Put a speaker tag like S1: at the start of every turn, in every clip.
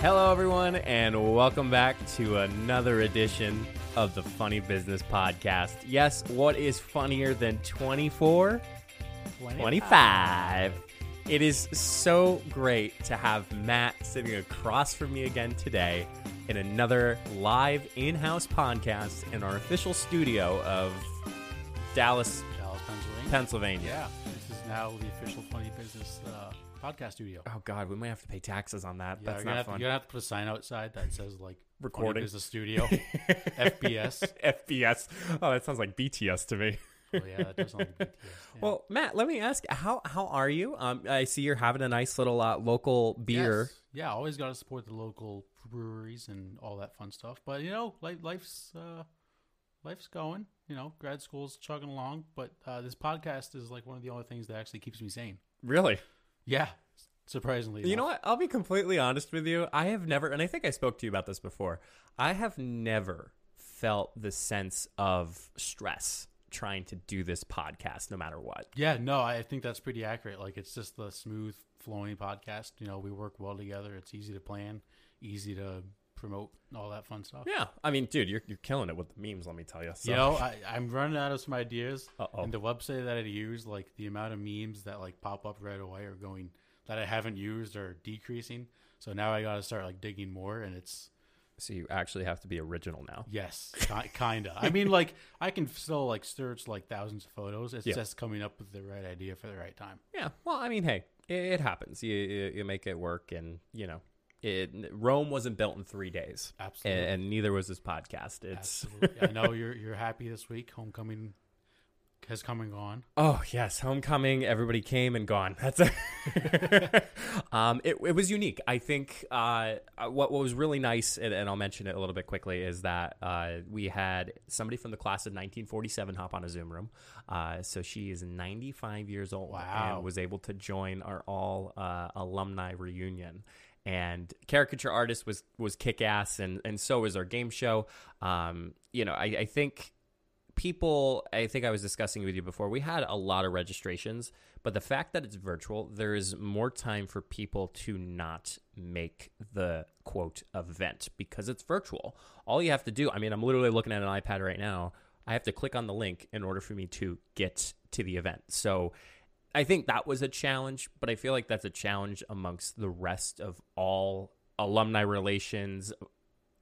S1: Hello, everyone, and welcome back to another edition of the Funny Business Podcast. Yes, what is funnier than 24? 25. It is so great to have Matt sitting across from me again today in another live in house podcast in our official studio of Dallas,
S2: Dallas, Pennsylvania.
S1: Pennsylvania.
S2: Yeah, this is now the official Funny Business uh, podcast studio.
S1: Oh, God, we might have to pay taxes on that.
S2: Yeah,
S1: That's
S2: you're, gonna
S1: not
S2: have to,
S1: fun.
S2: you're gonna have to put a sign outside that says like Funny
S1: Recording.
S2: Business Studio FBS.
S1: FBS. Oh, that sounds like BTS to me.
S2: Oh yeah, that does sound like BTS. Yeah.
S1: Well, Matt, let me ask how how are you? Um, I see you're having a nice little uh, local beer.
S2: Yes. Yeah, always got to support the local breweries and all that fun stuff. But you know, life, life's uh, life's going. You know, grad school's chugging along. But uh, this podcast is like one of the only things that actually keeps me sane.
S1: Really?
S2: Yeah, surprisingly.
S1: You
S2: enough.
S1: know what? I'll be completely honest with you. I have never, and I think I spoke to you about this before. I have never felt the sense of stress trying to do this podcast, no matter what.
S2: Yeah, no, I think that's pretty accurate. Like it's just the smooth flowing podcast. You know, we work well together. It's easy to plan, easy to promote, and all that fun stuff.
S1: Yeah, I mean, dude, you're you're killing it with the memes. Let me tell you. So.
S2: You know, I, I'm running out of some ideas,
S1: Uh-oh.
S2: and the website that I use, like the amount of memes that like pop up right away are going that I haven't used are decreasing. So now I got to start like digging more, and it's
S1: so you actually have to be original now.
S2: yes, ki- kinda. I mean, like I can still like search like thousands of photos. It's
S1: Yeah.
S2: just coming up with the right idea for the right time.
S1: Yeah. Well, I mean, hey, it, it happens. You, you you make it work, and you know, it Rome wasn't built in three days.
S2: Absolutely.
S1: And, and neither was this podcast. It's
S2: Absolutely. I know you're you're happy this week. Homecoming has come and gone.
S1: oh yes, homecoming. Everybody came and gone. That's a um. It, it was unique. I think uh, what what was really nice, and, and I'll mention it a little bit quickly, is that uh, we had somebody from the class of 1947 hop on a Zoom room. Uh, so she is 95 years old
S2: Wow.
S1: and was able to join our all uh, alumni reunion. And caricature artist was was kick ass, and and so is our game show. Um, you know, I, I think people i think i was discussing with you before we had a lot of registrations but the fact that it's virtual there is more time for people to not make the quote event because it's virtual all you have to do i mean i'm literally looking at an ipad right now i have to click on the link in order for me to get to the event so I think that was a challenge, but I feel like that's a challenge amongst the rest of all alumni relations,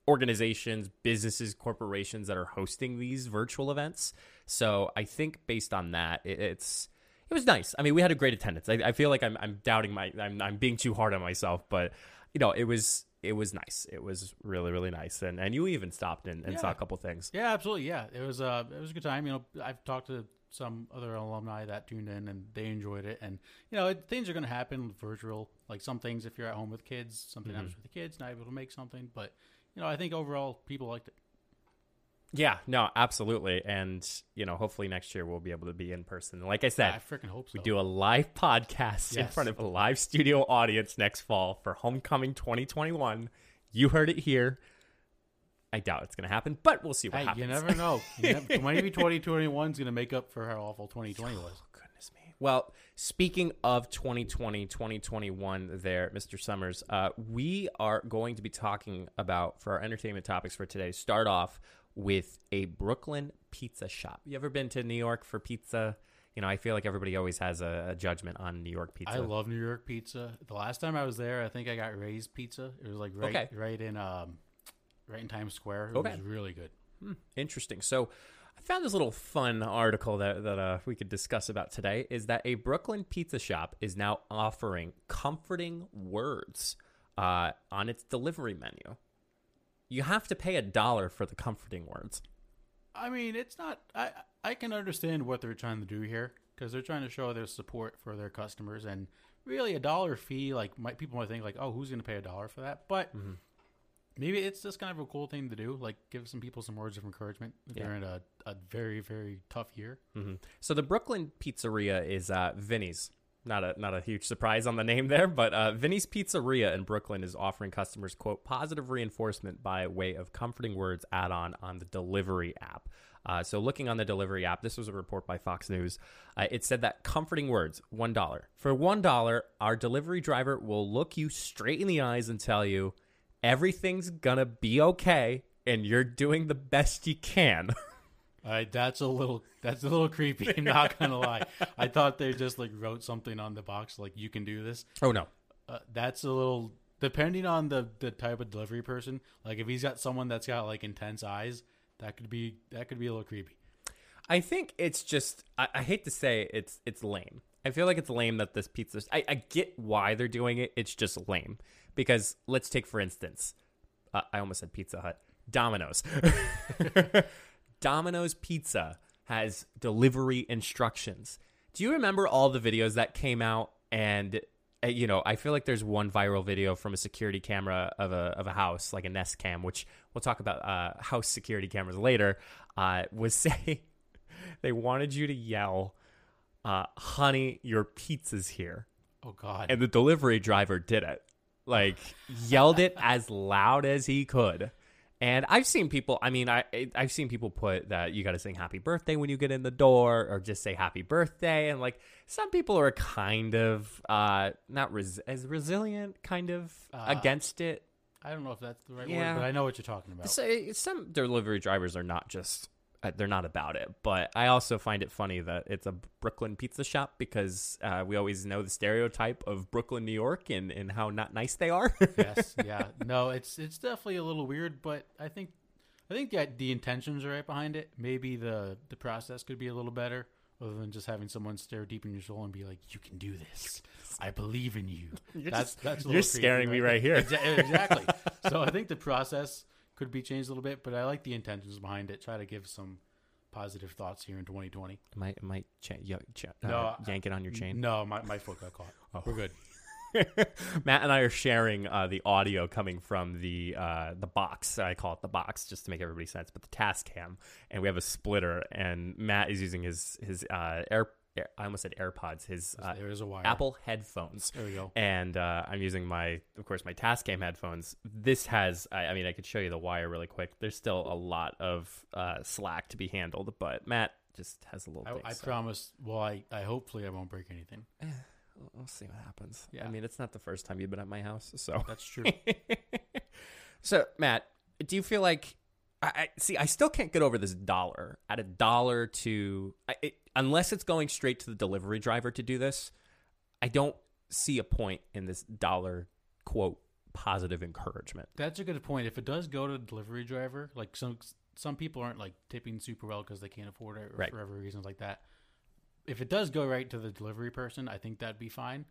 S1: organizations, businesses, corporations that are hosting these virtual events. So I think based on that, it, it's it was nice. I mean, we had a great attendance. I, I feel like I'm I'm doubting my I'm I'm being too hard on myself, but you know, it was it was nice. It was really really nice, and and you even stopped and, and saw a
S2: Yeah.
S1: couple things.
S2: Yeah, absolutely. Yeah, it was uh it was a good time. You know, I've talked to some other alumni that tuned in and they enjoyed it. And you know, it, things are going to happen virtual. Like some things, if you're at home with kids, something happens with the kids, not able to make something. But you know, I think overall people liked it.
S1: Yeah, no, absolutely, and you know, hopefully next year we'll be able to be in person. Like I said,
S2: I freaking hope so.
S1: We do a live podcast in
S2: Yes.
S1: front of a live studio audience next fall for Homecoming 2021. You heard it here. I doubt it's going to happen, but we'll see what
S2: Hey,
S1: happens.
S2: you never know. You never, maybe 2021 is going to make up for how awful 2020 was.
S1: Goodness me. Well, speaking of 2020, 2021 there, Mr. Summers, uh, we are going to be talking about, for our entertainment topics for today, start off with a Brooklyn pizza shop. You ever been to New York for pizza? You know, I feel like everybody always has a, a judgment on New York pizza.
S2: I love New York pizza. The last time I was there, I think I got Ray's pizza. It was like right,
S1: Okay.
S2: right in, um, right in Times Square. It
S1: Okay.
S2: was really good.
S1: Interesting. So I found this little fun article that, that uh, we could discuss about today is that a Brooklyn pizza shop is now offering comforting words uh, on its delivery menu. You have to pay a dollar for the comforting words.
S2: I mean, it's not. I I can understand what they're trying to do here because they're trying to show their support for their customers and really a dollar fee. Like, might people might think like, oh, who's going to pay a dollar for that? But
S1: Mm-hmm.
S2: maybe it's just kind of a cool thing to do. Like, give some people some words of encouragement if they're in a, a very very tough year.
S1: hmm So the Brooklyn pizzeria is uh, Vinny's. Not a not a huge surprise on the name there, but uh, Vinny's Pizzeria in Brooklyn is offering customers quote positive reinforcement by way of comforting words add on on the delivery app. Uh, so looking on the delivery app, this was a report by Fox News. Uh, it said that comforting words one dollar for one dollar, our delivery driver will look you straight in the eyes and tell you everything's gonna be okay and you're doing the best you can.
S2: All right, that's a little that's a little creepy. I'm not gonna lie. I thought they just like wrote something on the box like you can do this.
S1: oh no.
S2: Uh, that's a little depending on the the type of delivery person. Like if he's got someone that's got like intense eyes, that could be that could be a little creepy.
S1: I think it's just I, I hate to say it's it's lame. I feel like it's lame that this pizza. I, I get why they're doing it. It's just lame because let's take for instance. Uh, I almost said Pizza Hut. Domino's. Domino's Pizza has delivery instructions. Do you remember all the videos that came out and uh, you know, I feel like there's one viral video from a security camera of a of a house, like a Nest cam, which we'll talk about uh, house security cameras later. Uh, was saying they wanted you to yell, uh, "Honey, your pizza's here,"
S2: Oh god.
S1: and the delivery driver did it. Like yelled it as loud as he could. And I've seen people. I mean, I I- I've seen people put that you got to sing "Happy Birthday" when you get in the door, or just say "Happy Birthday." And like some people are kind of uh not res- as resilient, kind of against it.
S2: I don't know if that's the right
S1: Yeah.
S2: word, but I know what you're talking about.
S1: So it- some delivery drivers are not just uh, they're not about it, but I also find it funny that it's a Brooklyn pizza shop because uh, we always know the stereotype of Brooklyn, New York, and and how not nice they are.
S2: yes, yeah. No, it's it's definitely a little weird, but I think I think that the intentions are right behind it. Maybe the the process could be a little better other than just having someone stare deep in your soul and be like, "You can do this. I believe in you." that's
S1: just-
S2: that's a
S1: you're
S2: little creepy
S1: scaring me right here.
S2: Exa- exactly. so I think the process could be changed a little bit, but I like the intentions behind it. Try to give some positive thoughts here in 2020.
S1: might I might cha- yo- cha- uh,
S2: No,
S1: yank it on your chain.
S2: No, my my foot got caught.
S1: Oh.
S2: We're good.
S1: Matt and I are sharing uh, the audio coming from the uh, the box. I call it the box just to make everybody sense, but the task cam, and we have a splitter. And Matt is using his his uh, air, air. I almost said AirPods. His uh,
S2: There is a wire.
S1: Apple headphones.
S2: There we go.
S1: And uh, I'm using my, of course, my task game headphones. This has, I, I mean, I could show you the wire really quick. There's still a lot of uh, slack to be handled, but Matt just has a little
S2: I,
S1: thing.
S2: I
S1: so
S2: promise. Well, I, I hopefully I won't break anything.
S1: we'll- we'll see what happens. I
S2: Yeah.
S1: mean, it's not the first time you've been at my house, so.
S2: That's true.
S1: so Matt, do you feel like I, I see? I still can't get over this dollar at a dollar to I, it, unless it's going straight to the delivery driver to do this. I don't see a point in this dollar quote positive encouragement.
S2: That's a good point. If it does go to the delivery driver, like some some people aren't like tipping super well because they can't afford it or
S1: Right.
S2: for whatever reasons like that. If it does go right to the delivery person, I think that'd be fine.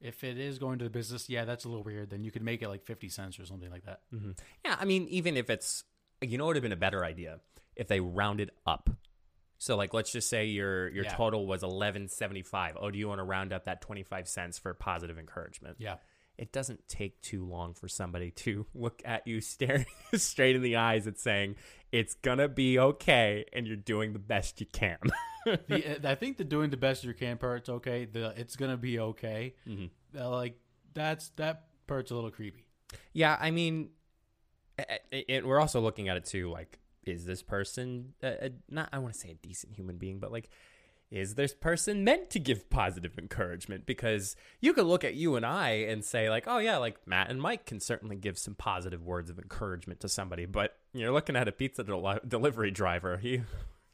S2: If it is going to the business, yeah, that's a little weird. Then you could make it like fifty cents or something like that.
S1: Yeah, I mean, even if it's you know, it would have been a better idea if they rounded up. So like, let's just say your your
S2: Yeah.
S1: total was eleven seventy five. Oh, do you want to round up that twenty five cents for positive encouragement?
S2: Yeah,
S1: it doesn't take too long for somebody to look at you staring straight in the eyes and saying it's gonna be okay and you're doing the best you can
S2: the, uh, I think the doing the best you can part's okay. The it's gonna be okay. Uh, like that's that part's a little creepy.
S1: yeah i mean it, it, we're also looking at it too like is this person a, a, not i want to say a decent human being but like is this person meant to give positive encouragement because you could look at you and i and say like oh yeah like matt and mike can certainly give some positive words of encouragement to somebody but you're looking at a pizza del- delivery driver he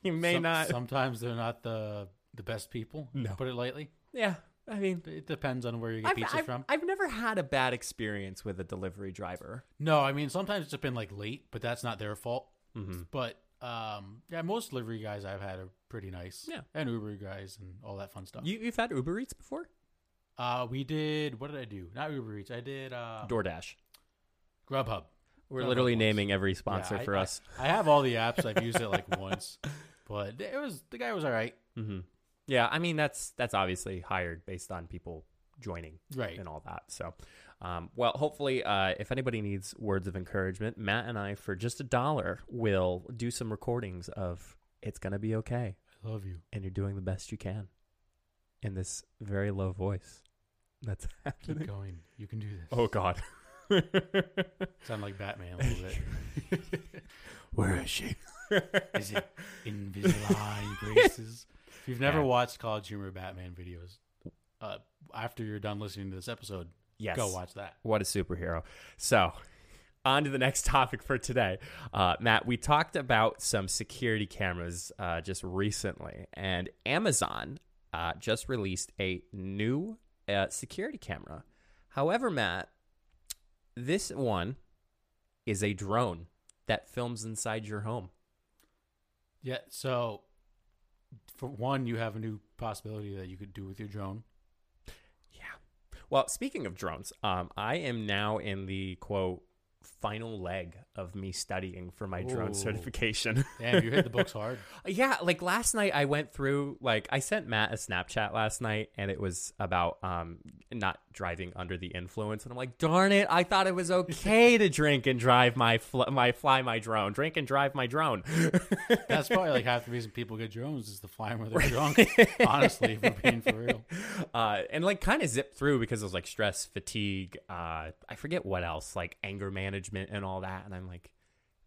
S1: he may
S2: Some-
S1: not
S2: Sometimes they're not the the best people. No, put it lightly.
S1: yeah i mean
S2: It depends on where you get
S1: I've,
S2: pizza
S1: I've-
S2: from.
S1: I've never had a bad experience with a delivery driver
S2: No, I mean sometimes it's been like late, but that's not their fault.
S1: Hmm.
S2: But um, yeah, most delivery guys I've had are pretty nice.
S1: Yeah.
S2: and Uber guys and all that fun stuff.
S1: you, you've had uber eats before
S2: uh, we did. What did I do? Not Uber Eats. I did uh,
S1: doordash
S2: Grubhub.
S1: We're
S2: Grubhub
S1: literally
S2: was.
S1: naming every sponsor
S2: Yeah, I-
S1: for
S2: I-
S1: us.
S2: I have all the apps. I've used it like once, but it was the guy was all right.
S1: hmm Yeah, I mean that's that's obviously hired based on people joining
S2: Right.
S1: and all that. So, um, well, hopefully, uh, if anybody needs words of encouragement, Matt and I, for just a dollar, will do some recordings of "It's gonna be okay"
S2: I love you.
S1: and you're doing the best you can in this very low voice. That's
S2: Keep
S1: happening.
S2: going. You can do this.
S1: Oh God,
S2: Sound like Batman a little bit.
S1: where is she?
S2: Is it Invisalign braces? If you've never watched College Humor Batman videos, uh, after you're done listening to this episode,
S1: Yes.
S2: go watch that.
S1: What a superhero. So on to the next topic for today. Uh, Matt, we talked about some security cameras uh, just recently, and Amazon uh, just released a new uh, security camera. However, Matt, this one is a drone that films inside your home.
S2: Yeah. So, for one, you have a new possibility that you could do with your drone.
S1: Yeah. Well, speaking of drones, um, I am now in the quote final leg of me studying for my drone
S2: Ooh.
S1: certification.
S2: Damn, you hit the books hard.
S1: Yeah, like last night I went through like I sent Matt a Snapchat last night and it was about um not driving under the influence and I'm like, "Darn it, I thought it was okay to drink and drive my fl- my fly my drone. Drink and drive my drone."
S2: That's probably like half the reason people get drones is the flying where they're drunk. Honestly, if we're being for real.
S1: uh and like kind of zipped through because it was like stress, fatigue, uh I forget what else, like anger management and all that and I'm like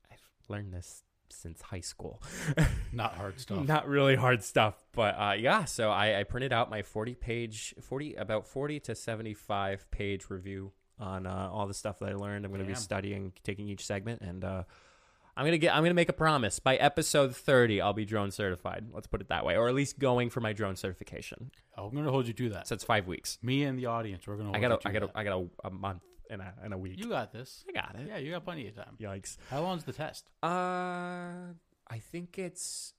S1: I've learned this since high school.
S2: Not hard stuff.
S1: Not really hard stuff, but uh, yeah. So I, I printed out my forty page, forty about forty to seventy five page review on uh, all the stuff that I learned. I'm going to be
S2: Damn.
S1: studying, taking each segment, and uh, I'm gonna get. I'm gonna make a promise. By episode thirty, I'll be drone certified. Let's put it that way, or at least going for my drone certification.
S2: I'm going to hold you to that.
S1: So it's five weeks.
S2: Me and the audience, we're going to
S1: I
S2: hold
S1: got.
S2: you to
S1: I got.
S2: that.
S1: I got a, a month and a and a week.
S2: You got this.
S1: I got it.
S2: Yeah, you got plenty of time.
S1: Yikes.
S2: How long's the test?
S1: Uh, I think it's.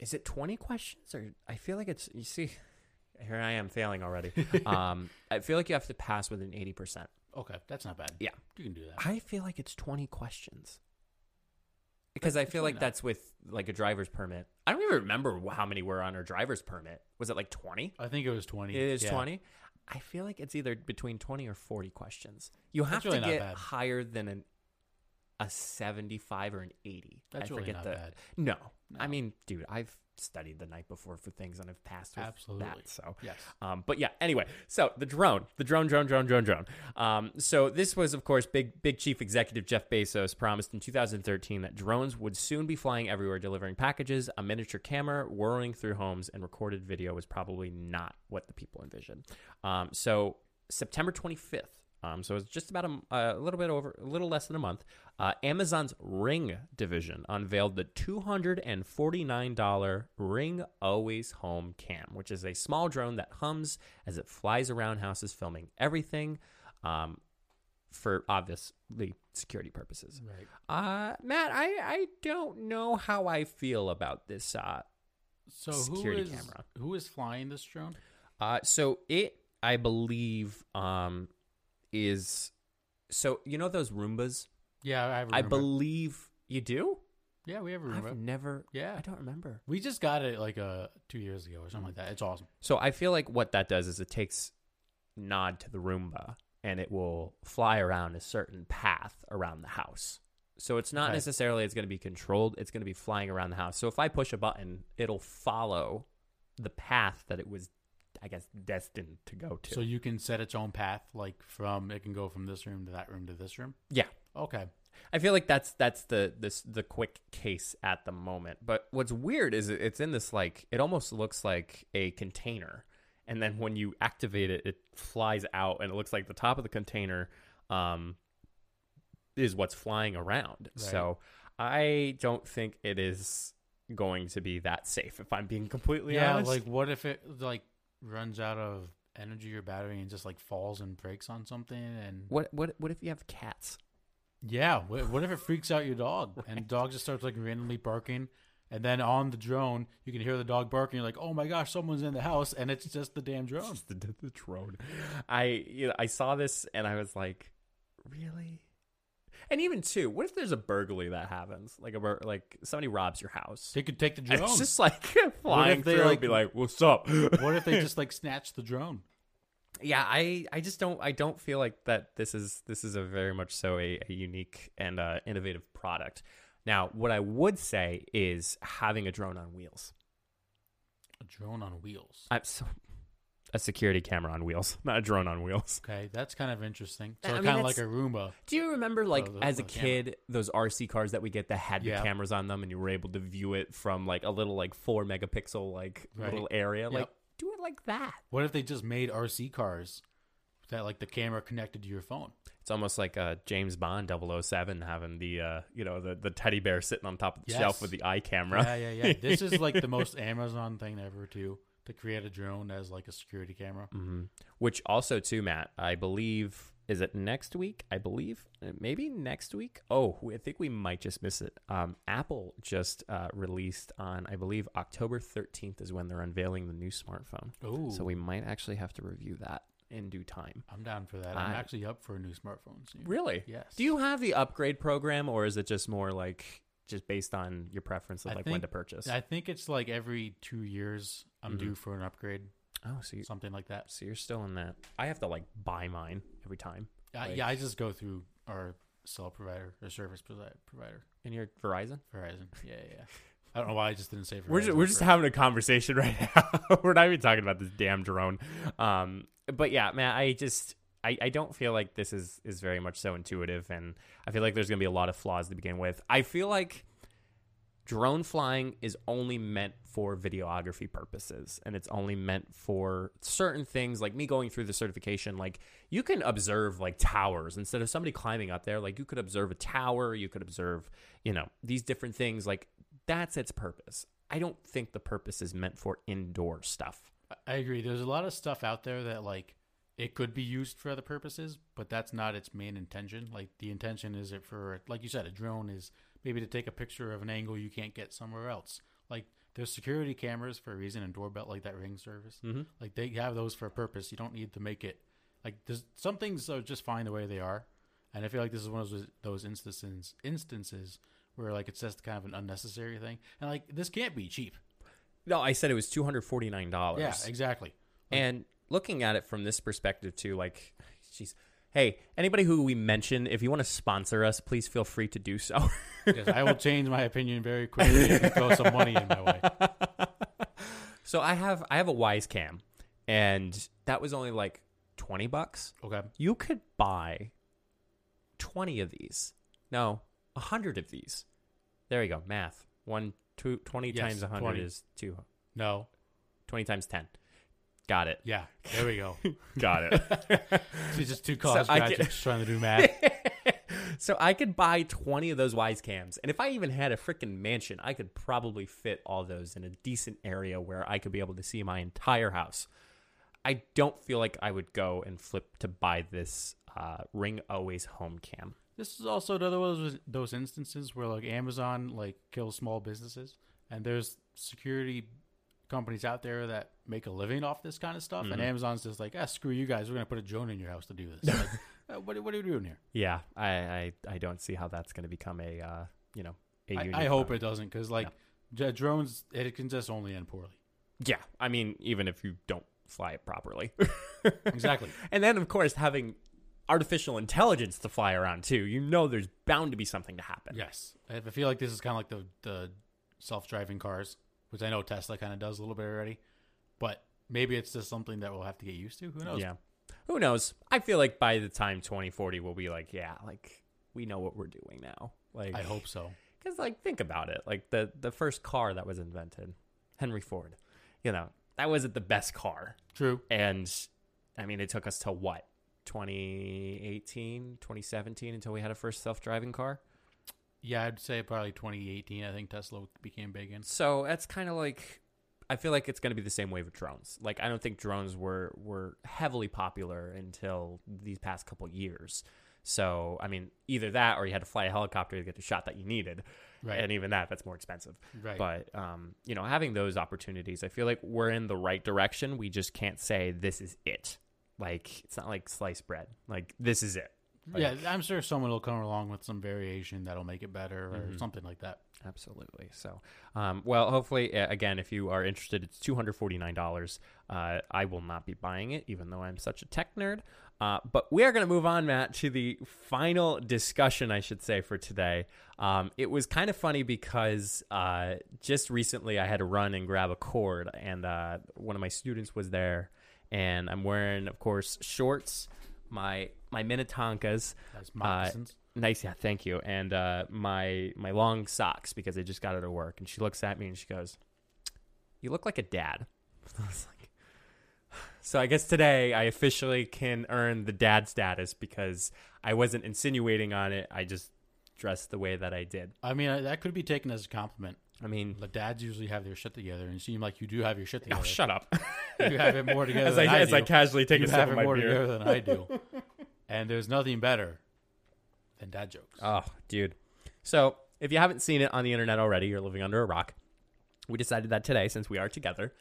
S1: Is it twenty questions or I feel like it's. You see, here I am failing already. um, I feel like you have to pass with an eighty percent.
S2: Okay, that's not bad.
S1: Yeah.
S2: You can do that.
S1: I feel like it's twenty questions. Because I
S2: That's
S1: feel
S2: really
S1: like
S2: not-
S1: that's with like a driver's permit. I don't even remember wh- how many were on her driver's permit. Was it like twenty?
S2: I think it was 20.
S1: It is
S2: Yeah.
S1: twenty. I feel like it's either between twenty or forty questions. You
S2: That's
S1: have
S2: really
S1: to
S2: not
S1: get
S2: bad.
S1: higher than an a seventy-five or an eighty.
S2: That's
S1: I
S2: really
S1: forget
S2: not
S1: the,
S2: bad.
S1: no. I
S2: No.
S1: mean, dude, I've studied the night before for things and I've passed with
S2: Absolutely.
S1: that. So,
S2: Yes.
S1: um, but yeah, anyway, so the drone, the drone, drone, drone, drone, drone. Um, so this was, of course, big, big chief executive Jeff Bezos promised in 2013 that drones would soon be flying everywhere, delivering packages. A miniature camera whirring through homes and recorded video was probably not what the people envisioned. Um, so September 25th. Um, so it's just about a, m- uh, a little bit over, a little less than a month. Uh, Amazon's Ring division unveiled the $249 Ring Always Home Cam, which is a small drone that hums as it flies around houses, filming everything um, for obviously security purposes.
S2: Right.
S1: Uh, Matt, I, I don't know how I feel about this uh,
S2: So
S1: Security
S2: who is
S1: camera.
S2: who is flying this drone?
S1: Uh, so it, I believe, um, is so you know those Roombas.
S2: Yeah, I have a
S1: I
S2: Roomba.
S1: believe you do.
S2: Yeah, we have a
S1: I've
S2: Roomba.
S1: never.
S2: Yeah.
S1: I don't remember.
S2: We just got it like uh, two years ago or something like that. It's awesome.
S1: So I feel like what that does is it takes nod to the Roomba and it will fly around a certain path around the house. So it's not
S2: Right.
S1: necessarily it's going to be controlled. It's going to be flying around the house. So if I push a button, it'll follow the path that it was, I guess, destined to go to.
S2: So you can set its own path, like from it can go from this room to that room to this room.
S1: yeah.
S2: Okay.
S1: I feel like that's that's the this the quick case at the moment. But what's weird is it- it's in this like it almost looks like a container, and then when you activate it, it flies out, and it looks like the top of the container um, is what's flying around. So I don't think it is going to be that safe. If I'm being completely
S2: yeah,
S1: honest,
S2: like what if it like runs out of energy or battery and just like falls and breaks on something and
S1: what what what if you have cats?
S2: yeah, what, what if it freaks out your dog and the dog just starts like randomly barking and then on the drone you can hear the dog barking you're like, "Oh my gosh, someone's in the house." And it's just the damn drone.
S1: the, the, the drone. I you know, I saw this and I was like, really? And even too, what if there's a burglary that happens? Like a bur- like somebody robs your house.
S2: They could take the
S1: And
S2: drone.
S1: it's just like flying
S2: they,
S1: through and
S2: like-
S1: be like, "What's up?"
S2: what if they just like snatch the drone?
S1: yeah, I I just don't I don't feel like that. This is this is a very much so a, a unique and uh, innovative product. Now, what I would say is having a drone on wheels.
S2: A drone on wheels.
S1: I'm so a security camera on wheels, not a drone on wheels.
S2: Okay, that's kind of interesting.
S1: I
S2: So
S1: mean,
S2: kind of
S1: that's-
S2: like a Roomba.
S1: Do you remember, like,
S2: the-
S1: as a
S2: the camera.
S1: kid, those RC cars that we get that had
S2: Yeah.
S1: the cameras on them, and you were able to view it from like a little, like four megapixel, like
S2: Right.
S1: little area?
S2: Yep.
S1: Like, do it like that.
S2: What if they just made RC cars that like the camera connected to your phone.
S1: It's almost like uh, James Bond 007 having the uh, you know the, the teddy bear sitting on top of the
S2: Yes.
S1: shelf with the eye camera.
S2: Yeah, yeah, yeah. This is like the most Amazon thing ever to to create a drone as like a security camera.
S1: hmm Which also too, Matt, I believe is it next week? I believe Uh, maybe next week. Oh, we- I think we might just miss it. Um, Apple just uh, released on I believe October 13th is when they're unveiling the new smartphone.
S2: Oh,
S1: So we might actually have to review that in due time.
S2: I'm down for that. I'm
S1: I-
S2: actually up for a new smartphone soon.
S1: Really?
S2: Yes.
S1: Do you have the upgrade program, or is it just more like just based on your preference of
S2: I
S1: like when
S2: think-
S1: to purchase?
S2: I think it's like every two years I'm
S1: Mhm.
S2: due for an upgrade,
S1: oh, so you,
S2: something like that.
S1: so you're still in that? I have to like buy mine every time.
S2: I, yeah, I just go through our cell provider or service provi- provider,
S1: And your Verizon?
S2: Verizon. Yeah, yeah. yeah. I don't know why I just didn't say Verizon.
S1: We're just, we're just
S2: first.
S1: having a conversation right now. we're not even talking about this damn drone. Um, but yeah, man, I just I, I don't feel like this is is very much so intuitive, and I feel like there's gonna be a lot of flaws to begin with. I feel like drone flying is only meant for videography purposes and it's only meant for certain things like me going through the certification like you can observe like towers instead of somebody climbing up there like you could observe a tower you could observe you know these different things like that's its purpose i don't think the purpose is meant for indoor stuff
S2: I agree. There's a lot of stuff out there that like it could be used for other purposes, but that's not its main intention. Like the intention is it for like you said, a drone is maybe to take a picture of an angle you can't get somewhere else. Like there's security cameras for a reason and doorbell like that ring service.
S1: Mhm.
S2: Like they have those for a purpose. You don't need to make it like there's some things are just fine the way they are. And I feel like this is one of those those instances instances where like it's just kind of an unnecessary thing. And like this can't be cheap.
S1: no i said it was $249
S2: Yeah, exactly.
S1: And looking at it from this perspective too, like, jeez, hey, anybody who we mention, if you want to sponsor us, please feel free to do so.
S2: yes, I will change my opinion very quickly if you throw some money in my way.
S1: so I have I have a Wise Cam, and that was only like twenty bucks.
S2: Okay.
S1: You could buy twenty of these. No, hundred of these. There you go. Math. One two twenty
S2: Yes,
S1: times times hundred
S2: 20.
S1: is two.
S2: No.
S1: Twenty times ten. Got it.
S2: Yeah. There we go.
S1: Got it.
S2: She's just two college
S1: I
S2: graduates trying to do math.
S1: so I could buy 20 of those wise cams. And if I even had a freaking mansion, I could probably fit all those in a decent area where I could be able to see my entire house. I don't feel like I would go and flip to buy this uh, Ring Always Home Cam.
S2: This is also another one of those, those instances where like Amazon like kills small businesses, and there's security companies out there that make a living off this kind of stuff, and Amazon's just like, ah, screw you guys, we're gonna put a drone in your house to do this. Like, uh, what, what are you doing here?
S1: Yeah, I, I, I don't see how that's going to become a, uh, you know, a
S2: I, I
S1: unicorn.
S2: hope it doesn't, because like j- drones, it can just only end poorly.
S1: Yeah, I mean, even if you don't fly it properly.
S2: Exactly.
S1: And then, of course, having artificial intelligence to fly around too, you know there's bound to be something to happen.
S2: Yes, I I feel like this is kind of like the the self driving cars, which I know Tesla kind of does a little bit already, but maybe it's just something that we'll have to get used to. Who knows?
S1: Yeah. Who knows? I feel like by the time 2040, we'll be like, yeah, like we know what we're doing now. Like,
S2: I hope so.
S1: Because, like, think about it. Like the the first car that was invented, Henry Ford. You know, that wasn't the best car,
S2: True.
S1: and I mean, it took us till what 2018, 2017 until we had a first self driving car.
S2: Yeah, I'd say probably 2018. I think Tesla became big in.
S1: So that's kind of like I feel like it's going to be the same way with drones. Like I don't think drones were were heavily popular until these past couple years. So I mean, either that or you had to fly a helicopter to get the shot that you needed,
S2: Right.
S1: and even that that's more expensive.
S2: Right.
S1: But um, you know, having those opportunities, I feel like we're in the right direction. We just can't say this is it. Like it's not like sliced bread. Like this is it. Like-
S2: yeah, I'm sure someone will come along with some variation that'll make it better or
S1: Mm-hmm.
S2: something like that.
S1: Absolutely. So, um, well, hopefully, uh, again, if you are interested, it's two hundred forty nine dollars. Uh, I will not be buying it, even though I'm such a tech nerd. Uh, but we are going to move on, Matt, to the final discussion, I should say, for today. Um, it was kind of funny because uh, just recently I had to run and grab a cord, and uh, one of my students was there, and I'm wearing, of course, shorts, my my Minnetonkas,
S2: That's moccasins.
S1: Nice, yeah, thank you. And uh, my my long socks because I just got out of work. And she looks at me and she goes, "You look like a dad." I was like, So I guess today I officially can earn the dad status because I wasn't insinuating on it. I just dressed the way that I did.
S2: I mean, uh, that could be taken as a compliment.
S1: I mean,
S2: The dads usually have their shit together, and you seem like you do have your shit together.
S1: oh, shut up.
S2: you have it more together
S1: as I,
S2: than I,
S1: as
S2: do.
S1: I casually take
S2: you
S1: a sip
S2: have
S1: of
S2: it
S1: my
S2: more
S1: beer.
S2: together than I do. and there's nothing better than dad jokes.
S1: Oh, dude. So, if you haven't seen it on the internet already, you're living under a rock. We decided that today, since we are together,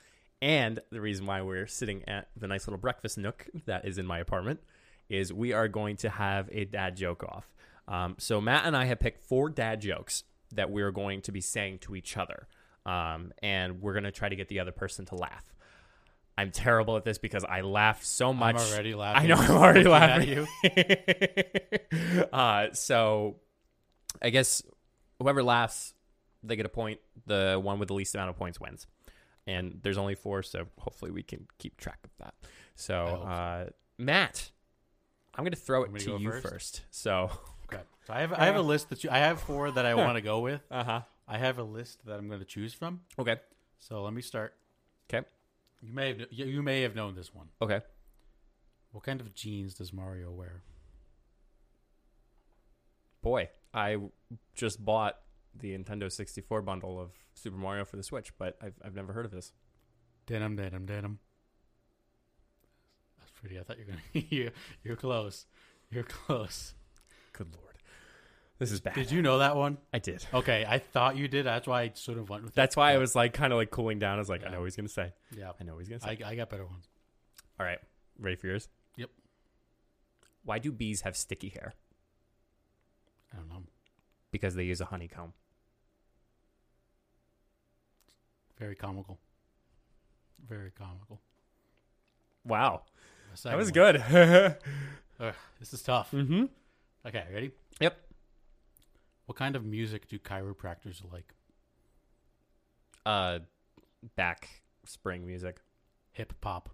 S1: and the reason why we're sitting at the nice little breakfast nook that is in my apartment, is we are going to have a dad joke off. Um, so, Matt and I have picked four dad jokes that we're going to be saying to each other. Um, and we're going to try to get the other person to laugh. I'm terrible at this because I laugh so much.
S2: I'm already laughing.
S1: I know I'm already
S2: Looking
S1: laughing.
S2: at you.
S1: uh, so I guess whoever laughs, they get a point. The one with the least amount of points wins. And there's only four, so hopefully we can keep track of that. So,
S2: I hope so.
S1: uh, Matt, I'm going to throw
S2: Want
S1: it
S2: me to
S1: to
S2: go
S1: you first.
S2: first?
S1: So,
S2: Okay. So I have I have a list that you, I have four that I want to go with.
S1: uh huh.
S2: I have a list that I'm going to choose from.
S1: Okay.
S2: So let me start.
S1: Okay.
S2: You may have you you may have known this one.
S1: Okay.
S2: What kind of jeans does Mario wear?
S1: Boy, I just bought the Nintendo 64 bundle of Super Mario for the Switch, but I've, I've never heard of this.
S2: Denim, denim, denim. That's pretty. I thought you were gonna. you, you're close. You're close.
S1: Good lord. This is bad.
S2: Did you know that one?
S1: I did.
S2: Okay, I thought you did. That's why I sort of went with
S1: That's why I was like kind of like cooling down. I was like, I
S2: Yeah.
S1: know what he's gonna say.
S2: it. Yeah,
S1: I know what he's gonna say.
S2: I, I got better ones.
S1: All right, ready for yours?
S2: Yep.
S1: Why do bees have sticky hair?
S2: I don't know.
S1: Because they use a honeycomb.
S2: Very comical. Very comical.
S1: Wow,
S2: The
S1: that
S2: second
S1: was
S2: one.
S1: good.
S2: Ugh, this is tough.
S1: mm-hmm.
S2: Okay, ready?
S1: Yep.
S2: What kind of music do chiropractors like?
S1: Uh, back spring music.
S2: Hip hop.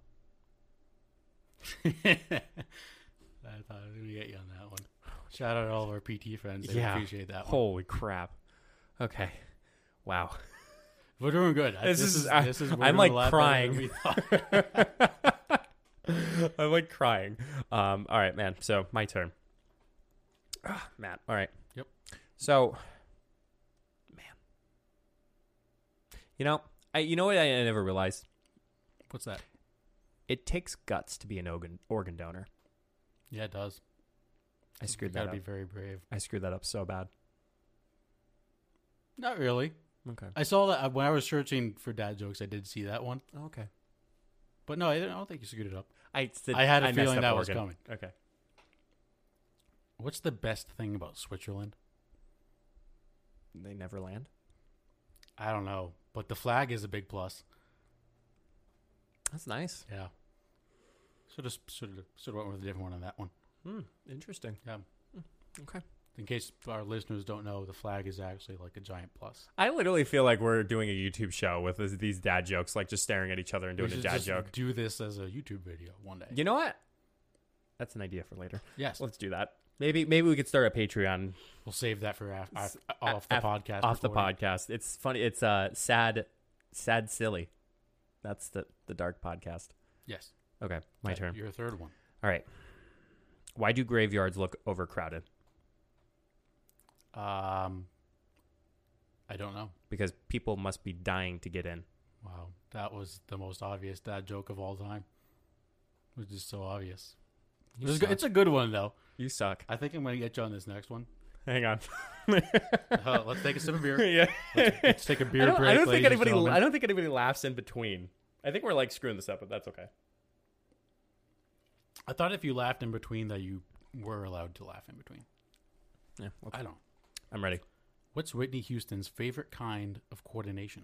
S2: I thought I was gonna get you on that one. Shout out to all of our PT friends. They
S1: Yeah.
S2: appreciate that one.
S1: Holy crap! Okay, wow.
S2: We're doing good.
S1: This is- I-
S2: we're
S1: I'm,
S2: doing
S1: like,
S2: a lot better than
S1: crying.
S2: we thought.
S1: I'm like crying. Um, all right, man. So my turn. Ah, Matt. All right.
S2: Yep.
S1: So, man, you know, I you know what I, I never realized.
S2: What's that?
S1: It takes guts to be an organ organ donor.
S2: Yeah, it does.
S1: I screwed
S2: You
S1: that
S2: gotta
S1: up.
S2: be very brave.
S1: I screwed that up so bad.
S2: Not really.
S1: Okay.
S2: I saw that uh, when I was searching for dad jokes. I did see that one,
S1: Okay.
S2: but no, I, didn't, I don't think you screwed it up.
S1: I did-
S2: I had a
S1: messed
S2: feeling
S1: up
S2: that was
S1: organ.
S2: coming.
S1: Okay.
S2: What's the best thing about Switzerland?
S1: They never land.
S2: I don't know, but the flag is a big plus.
S1: That's nice.
S2: Yeah. Sort of, sort of, sort of went with a different one on that one.
S1: Hmm. Interesting.
S2: Yeah.
S1: Okay.
S2: In case our listeners don't know, the flag is actually like a giant plus.
S1: I literally feel like we're doing a YouTube show with this, these dad jokes, like just staring at each other and doing
S2: We
S1: a
S2: should
S1: dad
S2: just
S1: joke.
S2: Do this as a YouTube video one day.
S1: You know what? That's an idea for later.
S2: Yes,
S1: Let's do that. Maybe maybe we could start a Patreon
S2: we'll save that for af- af-
S1: a-
S2: off the
S1: af-
S2: podcast.
S1: off the
S2: recording.
S1: podcast. It's funny. It's uh sad, sad, silly. That's the the dark podcast.
S2: Yes,
S1: Okay, my
S2: That-
S1: turn.
S2: Your third one.
S1: All right. Why do graveyards look overcrowded?
S2: Um, I don't know.
S1: Because people must be dying to get in.
S2: Wow, that was the most obvious dad joke of all time. It was just so obvious.
S1: You
S2: This is
S1: suck.
S2: go- it's a good one though.
S1: You suck.
S2: I think I'm gonna get you on this next one.
S1: Hang on.
S2: Uh, let's take a sip of beer.
S1: yeah.
S2: Let's take a beer
S1: I don't,
S2: break.
S1: I don't
S2: ladies
S1: think
S2: and
S1: anybody.
S2: gentlemen.
S1: I don't think anybody laughs in between. I think we're like screwing this up, but that's okay.
S2: I thought if you laughed in between that you were allowed to laugh in between.
S1: Yeah.
S2: I don't.
S1: I'm ready.
S2: What's Whitney Houston's favorite kind of coordination?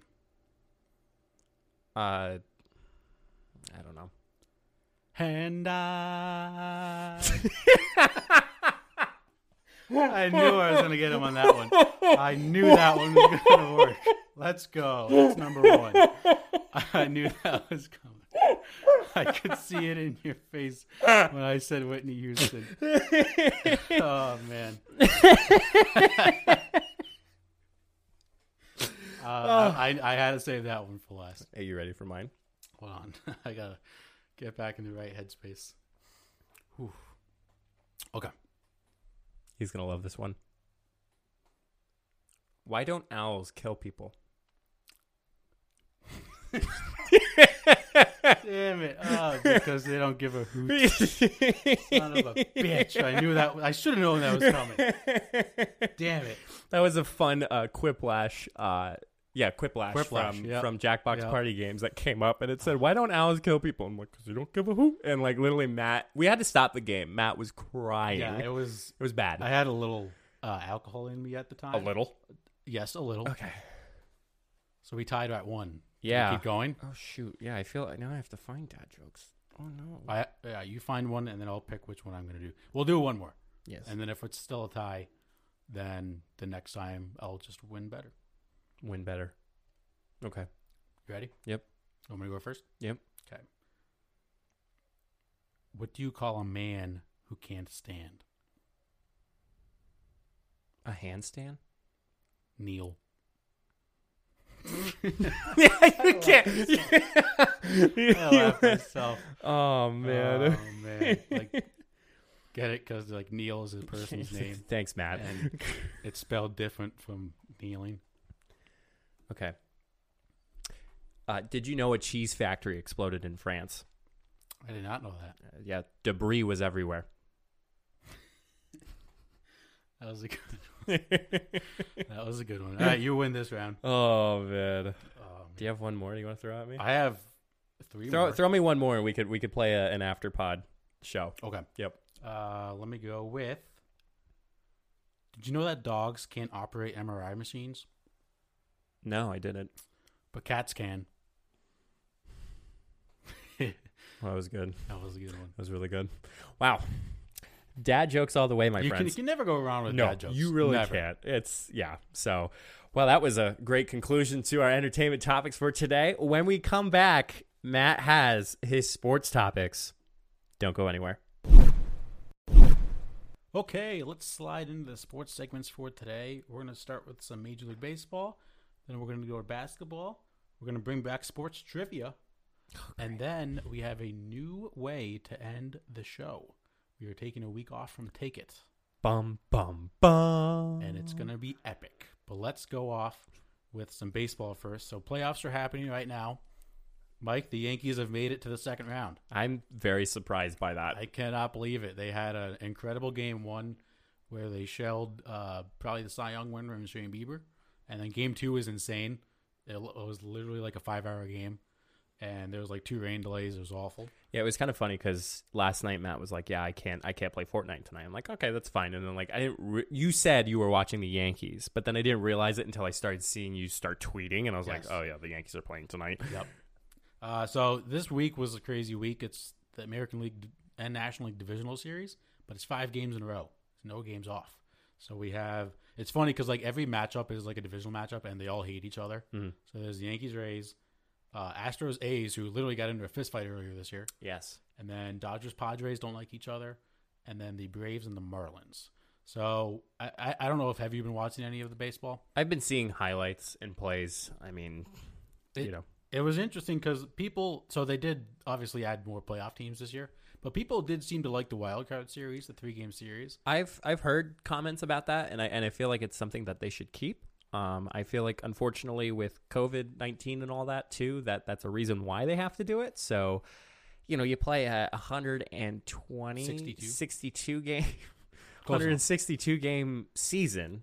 S1: Uh, I don't know.
S2: And I. I knew I was going to get him on that one. I knew that one was going to work. Let's go. That's number one. I knew that was coming. I could see it in your face when I said Whitney Houston. Oh, man. Uh, Uh, I, I had to save that one for last.
S1: Are you ready for mine?
S2: Hold on. I got to get back in the right headspace. Whew. Okay.
S1: He's gonna love this one. Why don't owls kill people?
S2: Damn it. Oh, because they don't give a hoot. Son of a bitch. I knew that. I should have known that was coming.
S1: that
S2: Damn it.
S1: was a fun uh, quiplash. Uh, yeah, quiplash,
S2: Quiplash,
S1: from
S2: yeah.
S1: from Jackbox
S2: Yeah.
S1: Party Games that came up, and it said, "Why don't owls kill people?" I'm like, "Cause they don't give a hoot." And like literally, Matt, we had to stop the game. Matt was crying.
S2: Yeah,
S1: it,
S2: it was.
S1: was bad.
S2: I had a little uh, alcohol in me at the time.
S1: a little.
S2: Yes, a little.
S1: Okay.
S2: So we tied at one. Can we
S1: Yeah.
S2: Keep going.
S1: Oh shoot. Yeah, I feel now I have to find dad jokes. Oh no.
S2: I, yeah, you find one, and then I'll pick which one I'm going to do. We'll do one more.
S1: yes.
S2: And then if it's still a tie, then the next time I'll just win better.
S1: Win better. Okay.
S2: You ready?
S1: Yep.
S2: Want me to go first?
S1: Yep.
S2: Okay. What do you call a man who can't stand?
S1: A handstand.
S2: Kneel.
S1: yeah, you
S2: I laugh myself.
S1: oh man.
S2: Oh, man. Like, get it? Because, like, kneel is a person's name.
S1: Thanks, Matt.
S2: And it's spelled different from kneeling.
S1: okay. Uh, did you know a cheese factory exploded in France?
S2: I did not know that.
S1: Uh, yeah, debris was everywhere.
S2: That was a good That was a good one. All right, you win this round.
S1: oh man.
S2: Um,
S1: Do you have one more you want to throw at me?
S2: I have three
S1: Throw
S2: more.
S1: throw me one more and we could we could play a, an after pod show.
S2: Okay.
S1: Yep.
S2: Uh, let me go with. Did you know that dogs can't operate MRI machines,
S1: No, I didn't.
S2: but cats can? that
S1: That was good.
S2: was a good one.
S1: That was really good. Wow. Dad jokes all the way, my
S2: you, can, you
S1: friends.
S2: can never go wrong with
S1: no,
S2: dad jokes.
S1: you really
S2: Never.
S1: can't. It's yeah. So, well, that was a great conclusion to our entertainment topics for today. When we come back, Matt has his sports topics. Don't go anywhere.
S2: Okay, let's slide into the sports segments for today. We're going to start with some Major League Baseball, then we're going to go to basketball. We're going to bring back sports trivia, and then we have a new way to end the show. We are taking a week off from Take It,
S1: Bum bum bum.
S2: and it's going to be epic. But let's go off with some baseball first. So, playoffs are happening right now. Mike, the Yankees have made it to the second round.
S1: I'm very surprised by that.
S2: I cannot believe it. They had an incredible game one where they shelled uh, probably the Cy Young winner and Shane Bieber, and then game two was insane. It, l- it was literally like a five-hour game, and there was like two rain delays. It was awful.
S1: Yeah, it was kind of funny because last night Matt was like, "Yeah, I can't, I can't play Fortnite tonight." I'm like, "Okay, that's fine." And then like, I didn't. Re- you said you were watching the Yankees, but then I didn't realize it until I started seeing you start tweeting, and I was
S2: Yes.
S1: like, "Oh yeah, the Yankees are playing tonight."
S2: Yep. Uh, so this week was a crazy week. It's the American League D- and National League Divisional Series, but it's five games in a row. It's no games off. So we have. It's funny because like every matchup is like a divisional matchup, and they all hate each other.
S1: Mhm.
S2: So there's the Yankees, Rays, uh, Astros, A's, who literally got into a fist fight earlier this year,
S1: Yes.
S2: and then Dodgers, Padres don't like each other, and then the Braves and the Marlins. So I, I, I don't know if have you been watching any of the baseball?
S1: I've been seeing highlights and plays. I mean,
S2: It-
S1: you know,
S2: It was interesting because people, so they did obviously add more playoff teams this year, but people did seem to like the wild card series, the three game series.
S1: I've I've heard comments about that, and I and I feel like it's something that they should keep. Um, I feel like unfortunately with COVID nineteen and all that too, that that's a reason why they have to do it. So, you know, you play a 120,
S2: 62.
S1: 62 game,
S2: Close
S1: hundred
S2: enough.
S1: and sixty two game season.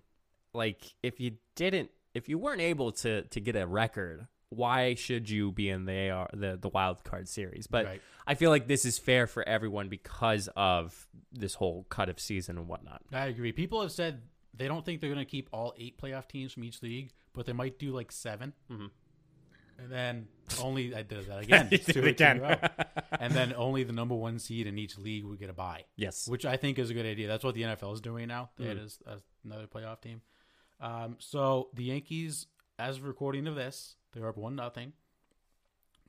S1: Like, if you didn't, if you weren't able to to get a record, why should you be in the AR, the the wild card series? But
S2: Right.
S1: I feel like this is fair for everyone because of this whole cut of season and whatnot.
S2: I agree. People have said they don't think they're going to keep all eight playoff teams from each league, but they might do like 7
S1: Mm-hmm.
S2: And then only, I did that again.
S1: You
S2: It's
S1: did
S2: two
S1: it
S2: weeks in a
S1: again.
S2: row. and then only the number one seed in each league would get a bye.
S1: Yes.
S2: which I think is a good idea. That's what the NFL is doing now. They
S1: Hmm.
S2: had as- as another playoff team. Um, so the Yankees, as of recording of this, they're up one nothing.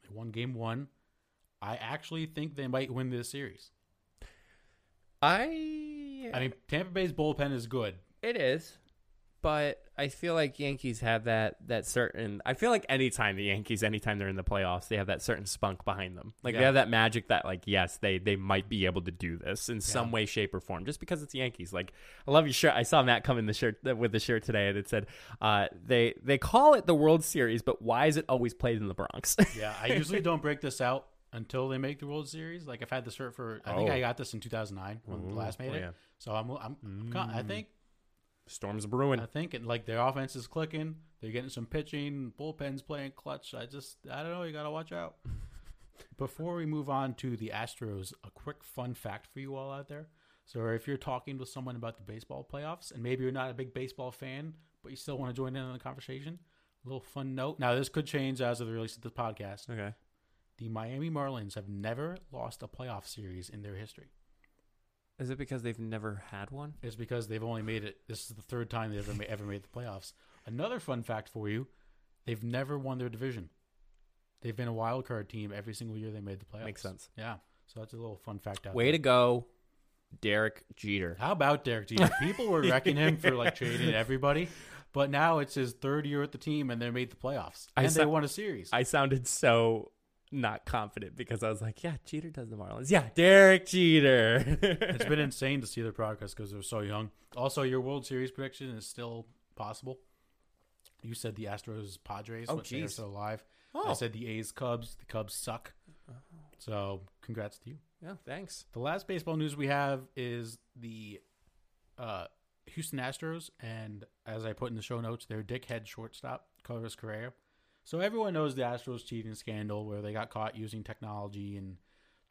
S2: They won game one. I actually think they might win this series.
S1: I.
S2: I mean, Tampa Bay's bullpen is good,
S1: it is. but I feel like Yankees have that that certain. I feel like anytime the Yankees, anytime they're in the playoffs, they have that certain spunk behind them. Like they
S2: Yeah.
S1: have that magic that, like, yes, they they might be able to do this in some way, shape, or form, just because it's Yankees. Like, I love your shirt. I saw Matt come in the shirt with the shirt today, and it said, uh, "They they call it the World Series, but why is it always played in the Bronx?"
S2: Yeah, I usually don't break this out until they make the World Series. Like I've had this shirt for I think
S1: Oh.
S2: I got this in 2009 when
S1: Ooh,
S2: the last made
S1: oh,
S2: it.
S1: yeah. Mm.
S2: So I'm I'm, I'm con- I think
S1: Storms brewing.
S2: I think it, like their offense is clicking. They're getting some pitching. Bullpen's playing clutch. I just I don't know. You gotta watch out. Before we move on to the Astros, a quick fun fact for you all out there. So if you're talking with someone about the baseball playoffs, and maybe you're not a big baseball fan, but you still want to join in on the conversation, a little fun note. Now this could change as of the release of this podcast.
S1: okay.
S2: The Miami Marlins have never lost a playoff series in their history.
S1: Is it because they've never had one?
S2: It's because they've only made it. This is the third time they've ever, ma- ever made the playoffs. Another fun fact for you: they've never won their division. They've been a wild card team every single year they made the playoffs.
S1: Makes sense.
S2: Yeah. So that's a little fun fact. Out
S1: Way to
S2: there.
S1: go, Derek Jeter.
S2: How about Derek Jeter? People were wrecking him for like trading everybody, but now it's his third year at the team, and they made the playoffs
S1: I
S2: and they
S1: saw-
S2: won a series.
S1: I sounded so not confident because I was like, yeah, Jeter does the Marlins. Yeah, Derek Jeter.
S2: it's been insane to see their progress because they're so young. Also, your World Series prediction is still possible. You said the Astros, Padres,
S1: Oh,
S2: which they are
S1: jeez.
S2: still alive. I
S1: Oh.
S2: said the A's, Cubs. The Cubs suck. So, congrats to you.
S1: yeah, thanks.
S2: The last baseball news we have is the uh, Houston Astros, and as I put in the show notes, their dickhead shortstop, Carlos Correa. So everyone knows the Astros cheating scandal where they got caught using technology and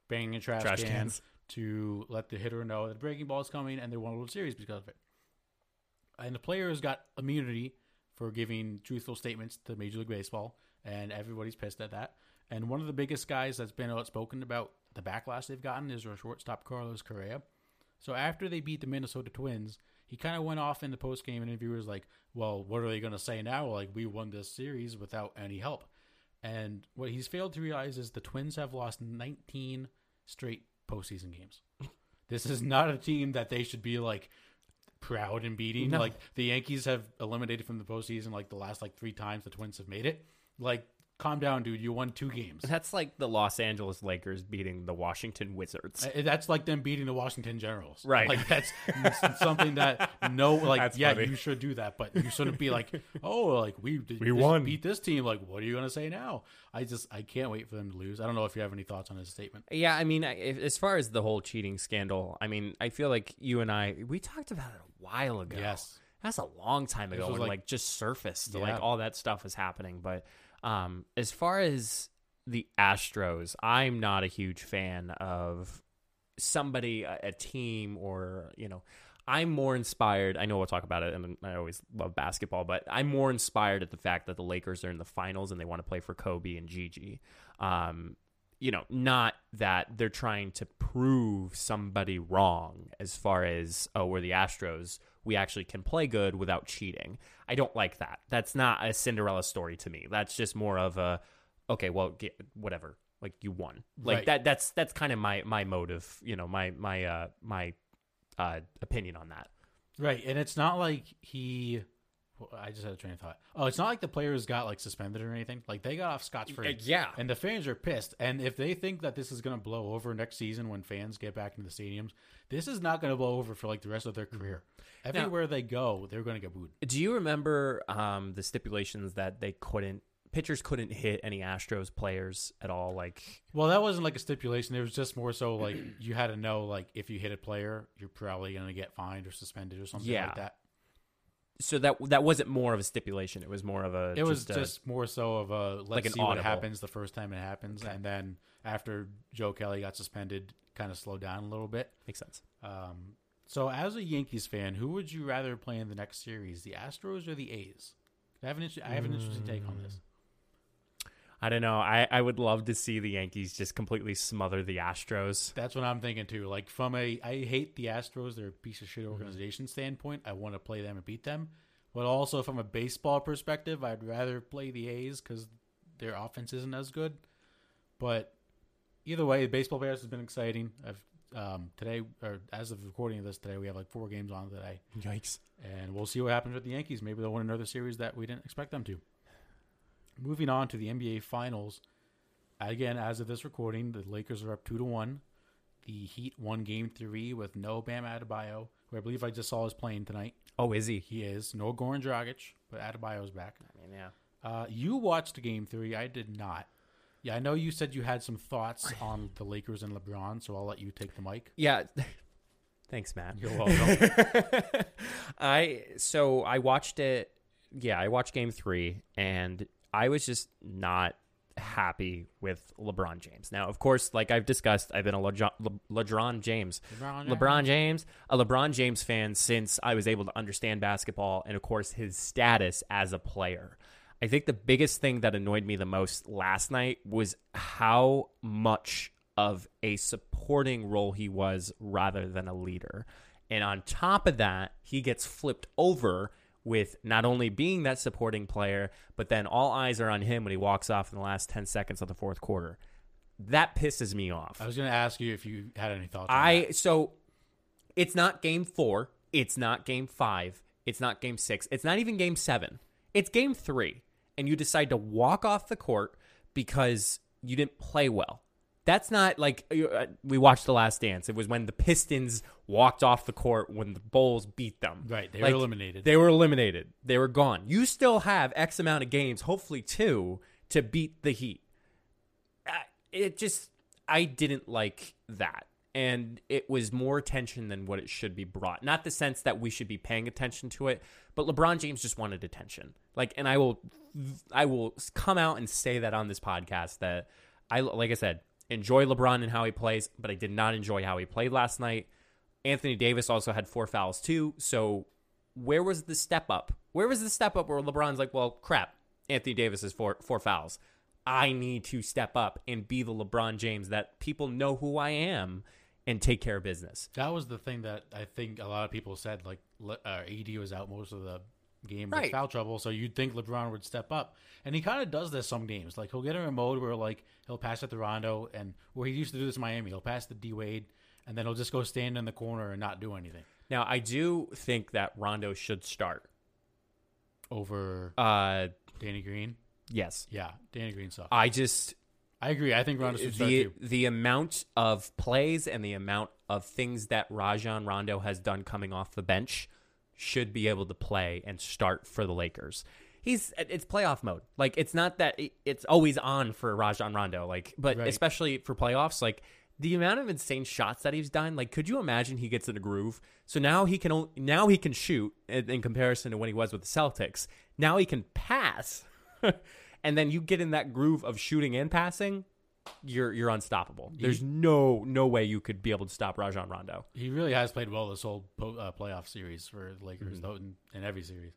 S2: banging a trash,
S1: Trash
S2: can
S1: cans.
S2: to let the hitter know that a breaking ball is coming, and they won a World Series because of it. And the players got immunity for giving truthful statements to Major League Baseball, and everybody's pissed at that. And one of the biggest guys that's been outspoken about the backlash they've gotten is their shortstop Carlos Correa. So after they beat the Minnesota Twins, he kind of went off in the post game interview. Was like, "Well, what are they going to say now? Like, we won this series without any help." And what he's failed to realize is the Twins have lost 19 straight postseason games. this is not a team that they should be like proud and beating.
S1: No.
S2: Like the Yankees have eliminated from the postseason like the last like three times the Twins have made it. Like, calm down, dude. You won two games.
S1: That's like the Los Angeles Lakers beating the Washington Wizards.
S2: Uh, That's like them beating the Washington Generals,
S1: Right.
S2: Like that's that's something that no, like
S1: That's
S2: yeah,
S1: funny.
S2: you should do that, but you shouldn't be like, oh, like we did,
S1: We
S2: this-
S1: won.
S2: beat this team. Like, what are you gonna say now? I just I can't wait for them to lose. I don't know if you have any thoughts on his statement.
S1: Yeah, I mean, I, if- as far as the whole cheating scandal, I mean, I feel like you and I we talked about it a while ago.
S2: Yes.
S1: that's a long time ago
S2: was
S1: when
S2: like-
S1: like, just surfaced,
S2: Yeah.
S1: like all that stuff is happening. But um, as far as the Astros, I'm not a huge fan of somebody, a, a team, or you know. I'm more inspired. I know we'll talk about it, and I always love basketball, but I'm more inspired at the fact that the Lakers are in the finals and they want to play for Kobe and Gigi. Um, you know, not that they're trying to prove somebody wrong as far as, oh, we're the Astros. We actually can play good without cheating. I don't like that. That's not a Cinderella story to me. That's just more of a, okay, well, get, whatever. Like you won. Like
S2: Right.
S1: that. That's that's kind of my my motive. You know, my my uh my uh opinion on that.
S2: Right, and it's not like he. well, I just had a train of thought. Oh, it's not like the players got like suspended or anything. Like they got off scotch free.
S1: yeah.
S2: And the fans are pissed. And if they think that this is going to blow over next season when fans get back into the stadiums, this is not going to blow over for like the rest of their career. Everywhere they go, they're going to get booed.
S1: Do you remember um, the stipulations that they couldn't pitchers couldn't hit any Astros players at all? Like
S2: Well, that wasn't like a stipulation. It was just more so like you had to know like if you hit a player, you're probably going to get fined or suspended or something
S1: Yeah.
S2: like that.
S1: so that that wasn't more of a stipulation. It was more of a uh,
S2: It was
S1: a-
S2: just uh, more so of a let's
S1: Like an
S2: see
S1: audible.
S2: what happens the first time it happens, and then after Joe Kelly got suspended, kind of slowed down a little bit.
S1: makes sense.
S2: Um, so, as a Yankees fan, who would you rather play in the next series, the Astros or the A's? I have an, inter- I have an interesting take on this.
S1: I don't know. I, I would love to see the Yankees just completely smother the Astros.
S2: That's what I'm thinking too. Like from a, I hate the Astros. They're a piece of shit organization standpoint. I want to play them and beat them, but also from a baseball perspective, I'd rather play the A's because their offense isn't as good. But either way, the baseball players has been exciting. I've um, today, or as of recording of this today, we have like four games on today,
S1: Yikes.
S2: and we'll see what happens with the Yankees. Maybe they'll win another series that we didn't expect them to. Moving on to the NBA Finals, again as of this recording, the Lakers are up two to one. The Heat won Game Three with no Bam Adebayo, who I believe I just saw is playing tonight.
S1: Oh, is he?
S2: He is no Goran Dragic, but Adebayo's back.
S1: I mean, yeah.
S2: Uh, you watched Game Three. I did not. Yeah, I know you said you had some thoughts on the Lakers and LeBron, so I'll let you take the mic.
S1: Yeah. Thanks, Matt.
S2: You're welcome.
S1: I so I watched it. Yeah, I watched Game Three, and I was just not happy with LeBron James. Now, of course, like I've discussed, I've been a LeBron, LeBron James,
S2: LeBron James.
S1: LeBron James, a LeBron James fan since I was able to understand basketball, and of course, his status as a player. I think the biggest thing that annoyed me the most last night was how much of a supporting role he was rather than a leader. And on top of that, he gets flipped over with not only being that supporting player, but then all eyes are on him when he walks off in the last 10 seconds of the fourth quarter. That pisses me off.
S2: I was going to ask you if you had any thoughts. on
S1: I so it's not game four. It's not game five. It's not game six. It's not even game seven. It's game three, and you decide to walk off the court because you didn't play well. That's not like you- uh, we watched The Last Dance. It was when the Pistons walked off the court when the Bulls beat them.
S2: Right, they were
S1: Like,
S2: eliminated.
S1: They were eliminated. They were gone. You still have X amount of games, hopefully two, to beat the Heat I- it just I didn't like that. And it was more attention than what it should be brought. Not the sense that we should be paying attention to it, but LeBron James just wanted attention. Like, and I will, I will come out and say that on this podcast that I, like I said, enjoy LeBron and how he plays, but I did not enjoy how he played last night. Anthony Davis also had four fouls too. So where was the step up? Where was the step up where LeBron's like, well, crap, Anthony Davis is four four fouls. I need to step up and be the LeBron James that people know who I am and take care of business.
S2: that was the thing that I think a lot of people said. Like Le- uh, AD was out most of the game
S1: Right.
S2: with foul trouble, so you'd think LeBron would step up, and he kind of does this some games. Like he'll get in a mode where like he'll pass it to Rondo, and where he used to do this in Miami, he'll pass the D Wade, and then he'll just go stand in the corner and not do anything
S1: Now, I do think that Rondo should start.
S2: over
S1: Uh,
S2: Danny Green.
S1: yes.
S2: Yeah, Danny Green sucks.
S1: I just
S2: I agree. I think Rondo should start
S1: the
S2: too.
S1: the amount of plays and the amount of things that Rajon Rondo has done coming off the bench should be able to play and start for the Lakers. He's it's playoff mode. Like it's not that it- it's always on for Rajon Rondo. Like, but
S2: Right.
S1: especially for playoffs, like the amount of insane shots that he's done. Like, could you imagine he gets in a groove? So now he can only, now he can shoot in, in comparison to when he was with the Celtics. Now he can pass, and then you get in that groove of shooting and passing you're you're unstoppable. There's no no way you could be able to stop Rajon Rondo.
S2: He really has played well this whole po- uh, playoff series for the Lakers, though, in, in every series.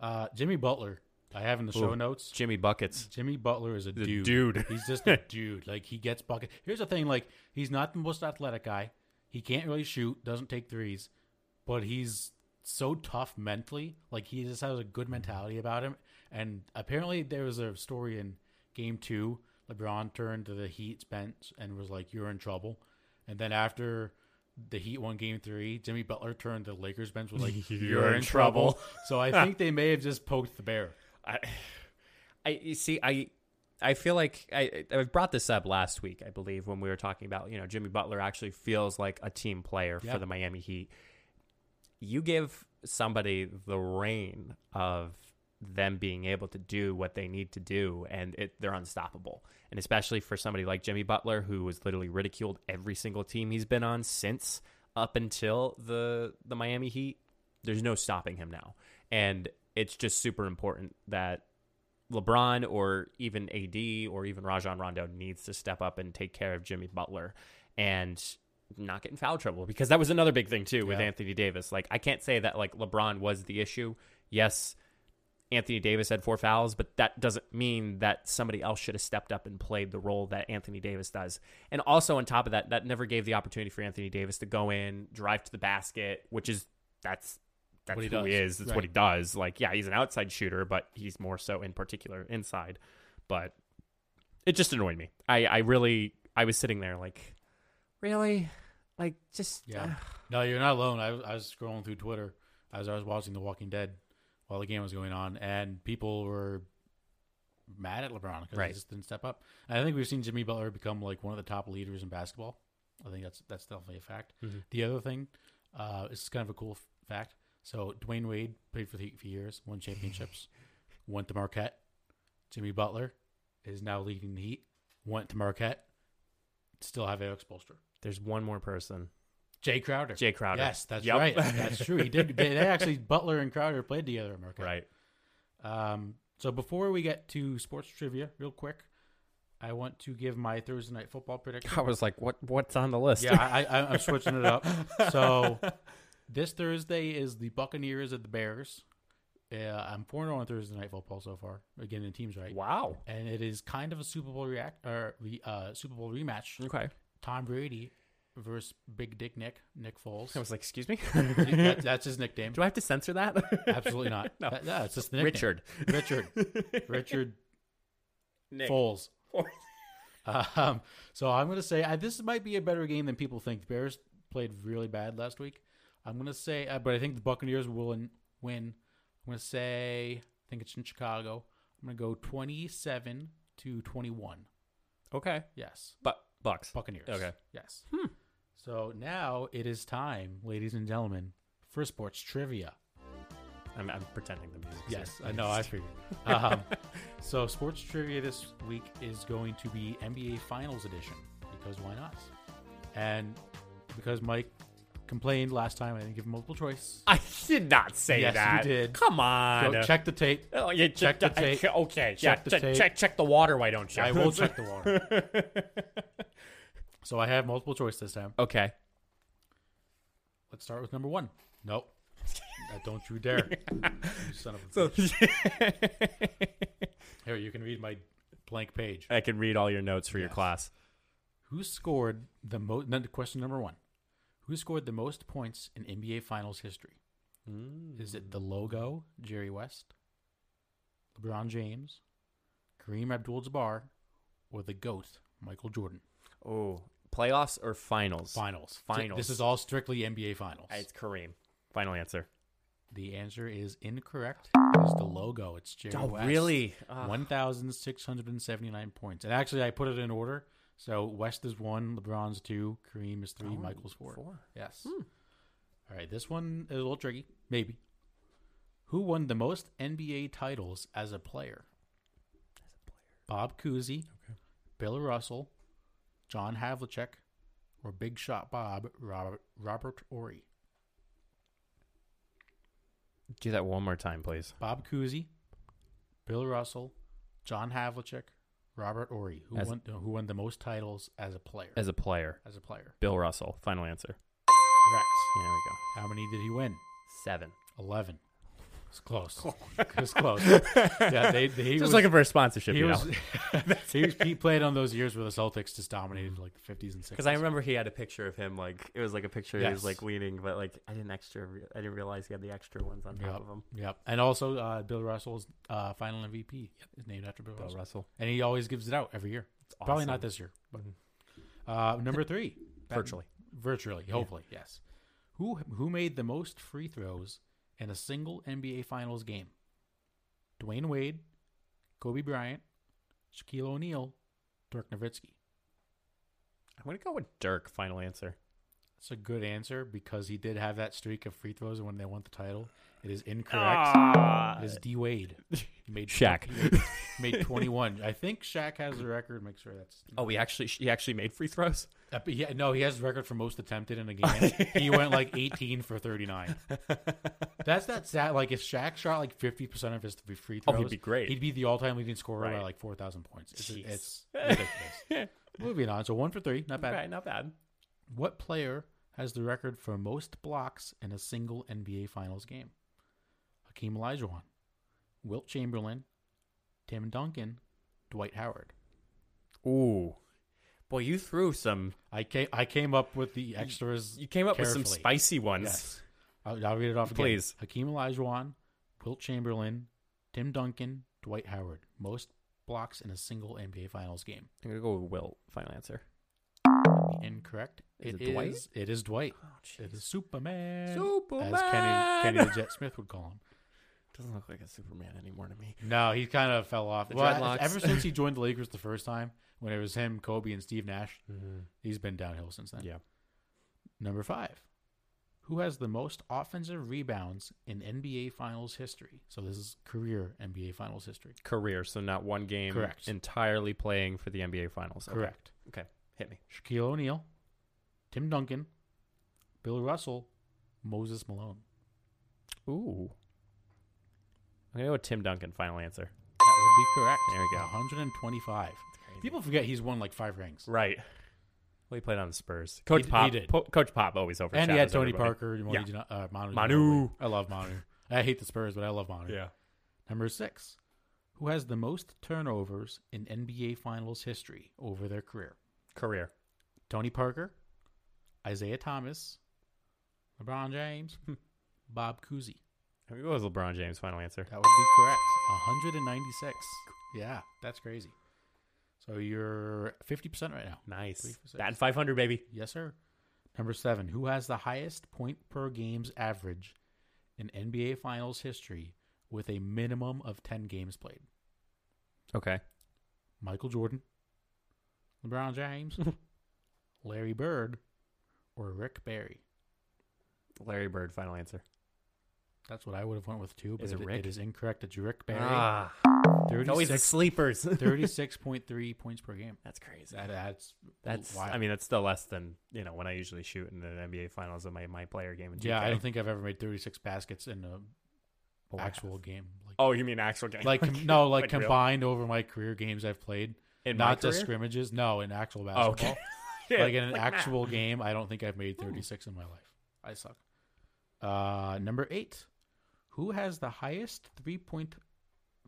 S2: Uh, Jimmy Butler, I have in the show notes.
S1: Jimmy buckets.
S2: Jimmy Butler is a dude.
S1: dude.
S2: he's just a dude. Like he gets bucket. Here's the thing: like he's not the most athletic guy. He can't really shoot. Doesn't take threes, but he's so tough mentally. Like he just has a good mentality about him. And apparently, there was a story in Game Two. LeBron turned to the Heat's bench and was like, "You're in trouble." And then after the Heat won Game Three, Jimmy Butler turned to the Lakers bench was like, "You're, in,
S1: in
S2: trouble." so I think they may have just poked the bear.
S1: I, I you see I I feel like I I brought this up last week I believe when we were talking about you know Jimmy Butler actually feels like a team player
S2: Yeah.
S1: for the Miami Heat. You give somebody the reign of them being able to do what they need to do and it, they're unstoppable. And especially for somebody like Jimmy Butler who was literally ridiculed every single team he's been on since up until the the Miami Heat, there's no stopping him now. And it's just super important that LeBron or even AD or even Rajon Rondo needs to step up and take care of Jimmy Butler and not get in foul trouble because that was another big thing too with
S2: Yeah.
S1: Anthony Davis. Like I can't say that like LeBron was the issue. Yes, Anthony Davis had four fouls, but that doesn't mean that somebody else should have stepped up and played the role that Anthony Davis does. And also on top of that, that never gave the opportunity for Anthony Davis to go in, drive to the basket, which is that's that's
S2: What he
S1: who he
S2: does.
S1: is. That's what he does. Like, yeah, he's an outside shooter, but he's more so in particular inside. But it just annoyed me. I, I really, I was sitting there like, really? Like just uh,
S2: Yeah. No, you're not alone. I was, I was scrolling through Twitter as I was watching The Walking Dead while the game was going on, and people were mad at LeBron because
S1: Right.
S2: he just didn't step up. And I think we've seen Jimmy Butler become like one of the top leaders in basketball. I think that's that's definitely a fact.
S1: Mhm.
S2: The other thing, uh, it's kind of a cool f- fact. So Dwayne Wade played for, the, for years, won championships, went to Marquette. Jimmy Butler is now leading the Heat. Went to Marquette. Still have Alex Bolster.
S1: there's one more person.
S2: Jay Crowder.
S1: Jay Crowder.
S2: Yes, that's
S1: Yep.
S2: right. That's true. He did. They, they actually Butler and Crowder played together in Marquette.
S1: Right.
S2: Um, so before we get to sports trivia, real quick, I want to give my Thursday night football prediction.
S1: I was like, what what's on the list?
S2: yeah, I, I, I'm switching it up. So this Thursday is the Buccaneers at the Bears. Yeah, I'm four oh on Thursday night football so far. Again, the team's right,
S1: Wow.
S2: and it is kind of a Super Bowl react or re, uh, Super Bowl rematch.
S1: Okay.
S2: Tom Brady versus Big Dick Nick Nick Foles.
S1: I was like, excuse me?
S2: That- that's his nickname.
S1: Do I have to censor that?
S2: Absolutely not.
S1: No.
S2: That- yeah, it's just the nickname.
S1: Richard.
S2: Richard. Richard
S1: Nick.
S2: Foles. Um, so I'm going to say I, this might be a better game than people think. The Bears played really bad last week. I'm going to say, uh, but I think the Buccaneers will in, win. I'm going to say, I think it's in Chicago. I'm going to go 27 to 21.
S1: Okay.
S2: Yes.
S1: But Bucks.
S2: Buccaneers.
S1: Okay.
S2: Yes. So now it is time, ladies and gentlemen, for sports trivia.
S1: I'm, I'm pretending the music.
S2: Yes, I know. I figured. Um, so, sports trivia this week is going to be NBA Finals edition because why not? And because Mike complained last time, I didn't give him multiple choice.
S1: I did not say
S2: Yes, you
S1: that.
S2: did.
S1: Come on.
S2: Go check the tape.
S1: Oh, yeah,
S2: check the tape.
S1: Okay. yeah,
S2: Check the
S1: check,
S2: tape.
S1: check check the water. Why don't you?
S2: I will check the water. so I have multiple choice this time.
S1: Okay.
S2: Let's start with number one. Nope. Uh, don't you dare. You son of a bitch. Here, you can read my blank page.
S1: I can read all your notes for your class.
S2: Who scored the most? Question number one: Who scored the most points in NBA Finals history? Is it the logo Jerry West, LeBron James, Kareem Abdul-Jabbar, or the goat Michael Jordan?
S1: Oh, playoffs or finals?
S2: Finals.
S1: Finals.
S2: This is all strictly NBA Finals.
S1: It's Kareem. Final answer.
S2: the answer is incorrect. It's the logo. It's Jerry
S1: Oh,
S2: West.
S1: Ah.
S2: One thousand six hundred and seventy-nine points. And actually, I put it in order. So West is one, LeBron's two, Kareem is three,
S1: Oh,
S2: Michael's four.
S1: four. Hmm.
S2: Yes. All right, this one is a little tricky, maybe. Who won the most NBA titles as a player? Bob Cousy, Bill Russell, John Havlicek, or Big Shot Bob Robert Robert Ory.
S1: Do that one more time, please.
S2: Bob Cousy, Bill Russell, John Havlicek, Robert Ory. Who
S1: As-
S2: won? Who won the most titles as a player?
S1: As a player,
S2: as a player.
S1: Bill Russell. Final answer.
S2: Correct.
S1: Yeah, there we go.
S2: How many did he win?
S1: Seven.
S2: Eleven. It's close. It's close. yeah, they, they, he
S1: Just
S2: was,
S1: looking for a sponsorship,
S2: he
S1: you know.
S2: was he, he played on those years where the Celtics just dominated like the fifties and sixties.
S1: Because Mm-hmm. I remember he had a picture of him, like it was like a picture he
S2: Yes.
S1: was like leaning, but like I didn't extra, re- I didn't realize he had the extra ones on top
S2: Yep.
S1: of him.
S2: Yep. And also uh, Bill Russell's uh, final MVP is named after Bill, Russell.
S1: Russell,
S2: And he always gives it out every year. Probably not
S1: awesome.
S2: this year. But uh, number three. That-
S1: virtually.
S2: Virtually, hopefully, yes. Who who made the most free throws in a single NBA Finals game? Dwayne Wade, Kobe Bryant, Shaquille O'Neal, Dirk Nowitzki.
S1: I'm gonna go with Dirk. Final answer.
S2: That's a good answer because he did have that streak of free throws when they won the title. It is incorrect.
S1: Correct.
S2: It is D Wade. He Made
S1: Shaq.
S2: he made- made twenty one. I think Shaq has the record. Make sure that's
S1: Oh, he actually he actually made free throws.
S2: Uh, but yeah, no, he has the record for most attempted in a game. he went like 18 for 39. That's that sad. Like if Shaq shot like 50 percent of his th- free
S1: Oh,
S2: throws,
S1: he'd be great.
S2: He'd be the all-time leading scorer by
S1: Right.
S2: like 4,000 points. It's,
S1: Jeez.
S2: it's ridiculous. Moving on. So one for three, not bad.
S1: Right, not bad.
S2: What player has the record for most blocks in a single NBA Finals game? Hakeem Olajuwon, Wilt Chamberlain, Tim Duncan, Dwight Howard.
S1: Ooh, boy, you threw some.
S2: I came. I came up with the extras.
S1: You came up with some
S2: carefully.
S1: spicy ones.
S2: Yes. I'll, I'll read it off again.
S1: Please.
S2: Hakeem Olajuwon, Wilt Chamberlain, Tim Duncan, Dwight Howard. Most blocks in a single NBA Finals game.
S1: I'm gonna go with Will. Final answer.
S2: The Incorrect.
S1: Is
S2: it
S1: it Dwight?
S2: is- It is Dwight.
S1: Oh,
S2: It is
S1: jeez.
S2: Superman.
S1: Superman.
S2: As Kenny, Kenny the Jet Smith would call him.
S1: Doesn't look like a Superman anymore to me.
S2: No, he kind of fell off.
S1: The
S2: well,
S1: dreadlocks.
S2: ever since he joined the Lakers the first time, when it was him, Kobe, and Steve Nash, he's been downhill since then.
S1: Yeah.
S2: Number five, who has the most offensive rebounds in NBA Finals history? So this is career NBA Finals history.
S1: Career, so not one game.
S2: Correct.
S1: Entirely playing for the NBA Finals. Okay.
S2: Correct.
S1: Okay. Hit me.
S2: Shaquille O'Neal, Tim Duncan, Bill Russell, Moses Malone.
S1: Ooh. I'm gonna go with Tim Duncan. Final answer.
S2: That would be correct.
S1: There we go.
S2: 125. People forget he's won like five rings.
S1: Right. Well, he played on the Spurs. Coach
S2: d- he
S1: Pop.
S2: did.
S1: Po- Coach Pop always over.
S2: And he had Tony Parker, Manu,
S1: Yeah.
S2: Gino- uh, Manu.
S1: Manu.
S2: Ginobili. I love Manu. I hate the Spurs, but I love Manu.
S1: Yeah.
S2: Number six, who has the most turnovers in NBA Finals history over their career?
S1: Career.
S2: Tony Parker, Isaiah Thomas, LeBron James, Bob Cousy.
S1: I'm gonna go with LeBron James. Final answer.
S2: That would be correct. 196. Yeah, that's crazy. So you're 50% right now. Three
S1: Nice.
S2: for six.
S1: That and 500, baby.
S2: Yes, sir. Number seven, who has the highest point per games average in NBA Finals history with a minimum of 10 games played?
S1: Okay.
S2: Michael Jordan, LeBron James, Larry Bird, or Rick Barry?
S1: Larry Bird. Final answer.
S2: That's what I would have went with too, but
S1: Is it
S2: it-
S1: Rick?
S2: it is incorrect. It's Rick Barry.
S1: Ah, it's always the
S2: 36,
S1: sleepers.
S2: 36.3 points per game.
S1: That's crazy.
S2: That, that's
S1: That's.
S2: wild.
S1: I mean, that's still less than you know when I usually shoot in an NBA Finals of my my player game. In
S2: yeah,
S1: DK.
S2: I don't think I've ever made 36 baskets in an
S1: Well, I
S2: actual
S1: have.
S2: game. Like,
S1: Oh, you mean actual game?
S2: like com- no, like,
S1: really?
S2: combined over my career games I've played,
S1: in my
S2: not just
S1: career?
S2: scrimmages. No, in actual
S1: Oh,
S2: basketball.
S1: okay. Yeah,
S2: like in an
S1: nah.
S2: actual game, I don't think I've made 36 in my life. I suck. Uh, number eight, who has the highest three-point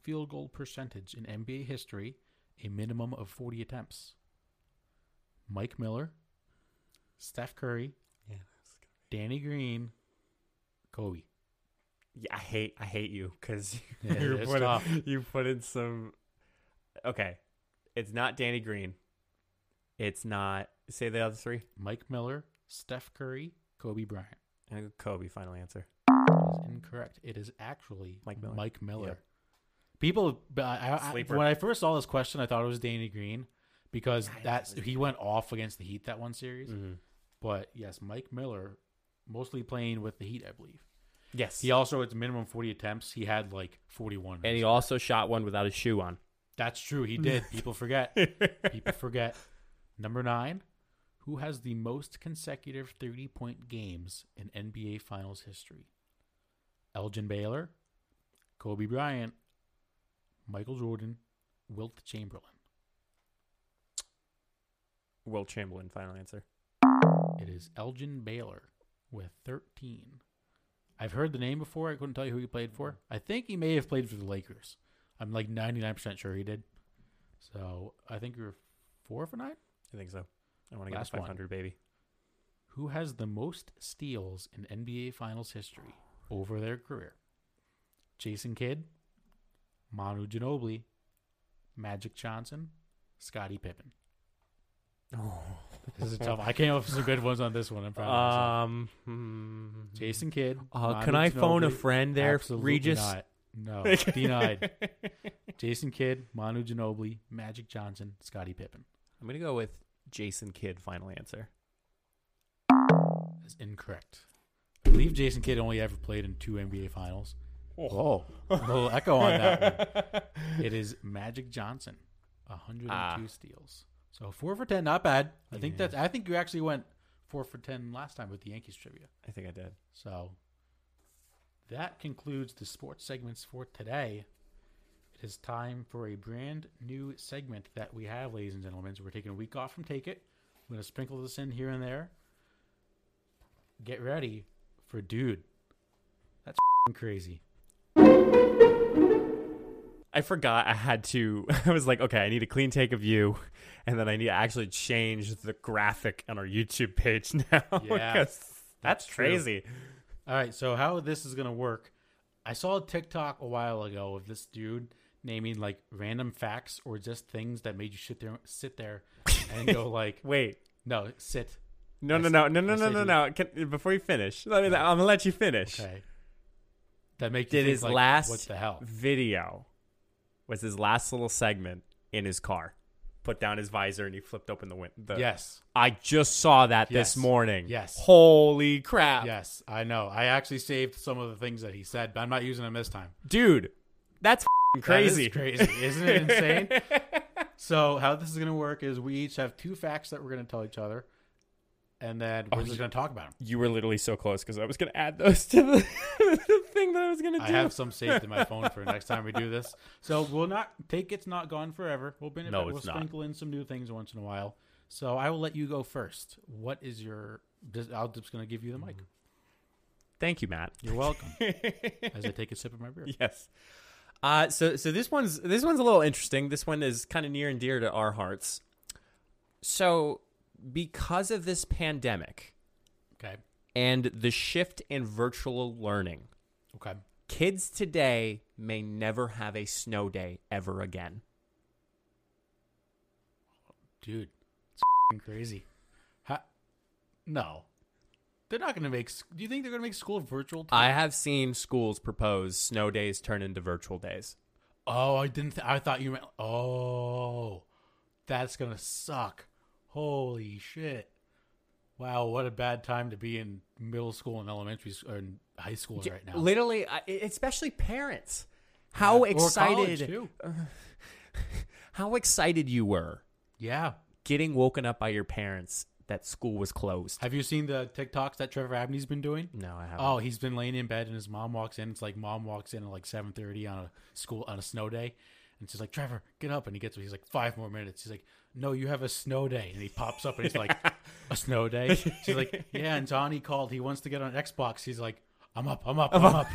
S2: field goal percentage in NBA history? A minimum of 40 attempts. Mike Miller, Steph Curry,
S1: Yeah.
S2: Danny Green, Kobe.
S1: Yeah, I hate I hate you because
S2: Yeah,
S1: you,
S2: it's
S1: put
S2: tough.
S1: in, you put in some. Okay, it's not Danny Green. It's not. Say the other three.
S2: Mike Miller, Steph Curry, Kobe Bryant.
S1: And I go Kobe. Final answer.
S2: That is incorrect. It is actually
S1: Oh. Mike Miller.
S2: Mike Miller.
S1: Yep.
S2: People, but I, I,
S1: Sleeper.
S2: when I first saw this question, I thought it was Danny Green because
S1: I know
S2: that's
S1: it was
S2: he went off against the Heat that one series.
S1: Mhm.
S2: But yes, Mike Miller, mostly playing with the Heat, I believe.
S1: Yes.
S2: He also it's minimum forty attempts. He had like forty one.
S1: and he also shot one without a shoe on.
S2: that's true. He did. People forget. People forget. Number nine, who has the most consecutive thirty point games in NBA Finals history? Elgin Baylor, Kobe Bryant, Michael Jordan, Wilt Chamberlain.
S1: Will Chamberlain. Final answer.
S2: It is Elgin Baylor with 13. I've heard the name before. I couldn't tell you who he played for. I think he may have played for the Lakers. I'm like 99% sure he did. So I think you're four for nine.
S1: I think so. I want to get
S2: Last
S1: to
S2: one.
S1: 500, baby.
S2: Who has the most steals in NBA Finals history over their career? Jason Kidd, Manu Ginobili, Magic Johnson, Scottie Pippen. Oh, This is tough. I came up with some good ones on this one. I'm proud of myself.
S1: Um. hmm.
S2: Jason Kidd.
S1: Uh,
S2: Manu
S1: can I phone a
S2: Ginobili,
S1: friend there,
S2: Absolutely
S1: Regis?
S2: not. No, denied. Jason Kidd, Manu Ginobili, Magic Johnson, Scottie Pippen.
S1: I'm gonna go with Jason Kidd. Final answer.
S2: That's incorrect. I believe Jason Kidd only ever played in two NBA Finals. Oh, a little echo on that one. It is Magic Johnson, 102
S1: Ah.
S2: steals. So four for ten, not bad. I think that's. I think you actually went four for ten last time with the Yankees trivia.
S1: I think I did.
S2: So that concludes the sports segments for today. It is time for a brand new segment that we have, ladies and gentlemen. So we're taking a week off from Take It. I'm going to sprinkle this in here and there. Get ready for Dude. That's f***ing crazy.
S1: I forgot I had to. I was like, okay, I need a clean take of you, and then I need to actually change the graphic on our YouTube page now.
S2: Yeah,
S1: 'cause that's
S2: that's true.
S1: crazy.
S2: All right, so how this is going to work. I saw a TikTok a while ago of this dude naming like random facts or just things that made you sit there sit there and go like
S1: Wait,
S2: No, sit.
S1: No,
S2: I
S1: no,
S2: see-
S1: no, no, no, no,
S2: I see
S1: no,
S2: you.
S1: no. Can, before you finish, let me, I'm gonna let you finish.
S2: Okay. That make you
S1: Did
S2: think,
S1: his
S2: like,
S1: last
S2: what the hell?
S1: video was his last little segment in his car. Put down his visor and he flipped open the window.
S2: Yes.
S1: I just saw that
S2: Yes.
S1: this morning.
S2: Yes.
S1: Holy crap.
S2: Yes, I know. I actually saved some of the things that he said, but I'm not using them this time.
S1: Dude, that's f***ing crazy.
S2: That is crazy. Isn't it insane? so, how this is going to work is we each have two facts that we're going to tell each other, and then
S1: Oh,
S2: we're just going to talk about them.
S1: you were literally so close because I was going to add those to the, the thing that I was going to do.
S2: I have some saved in my phone for next time we do this. So, we'll not take it's not gone forever. We'll, bring it
S1: No,
S2: back. we'll
S1: it's not.
S2: sprinkle in some new things once in a while. So, I will let you go first. What is your. just- I'm just going to give you the
S1: Mm-hmm.
S2: mic.
S1: Thank you, Matt.
S2: You're welcome. As I take a sip of my beer.
S1: Yes. Uh, so so this one's this one's a little interesting. This one is kind of near and dear to our hearts. So because of this pandemic
S2: Okay.
S1: and the shift in virtual learning,
S2: Okay.
S1: kids today may never have a snow day ever again.
S2: Dude, it's f***ing crazy. How, no. They're not going to make. s- Do you think they're going to make school virtual? too?
S1: I have seen schools propose snow days turn into virtual days.
S2: oh, I didn't. Th- I thought you meant. Oh, that's going to suck. Holy shit. Wow, what a bad time to be in middle school and elementary s- or in high school right now.
S1: Literally, I- e, especially parents. How
S2: Or college,
S1: excited
S2: too.
S1: how excited you were
S2: Yeah.
S1: getting woken up by your parents that school was closed.
S2: Have you seen the TikToks that Trevor Abney's been doing?
S1: No, I haven't.
S2: Oh, he's been laying in bed, and his mom walks in. It's like mom walks in at like seven thirty on a school on a snow day, and she's like, "Trevor, get up!" And he gets up. He's like, five more minutes." He's like, "No, you have a snow day." And he pops up, and he's like, "A snow day?" She's like, "Yeah." And Johnny called. He wants to get on Xbox. He's like, "I'm up, I'm up, I'm up."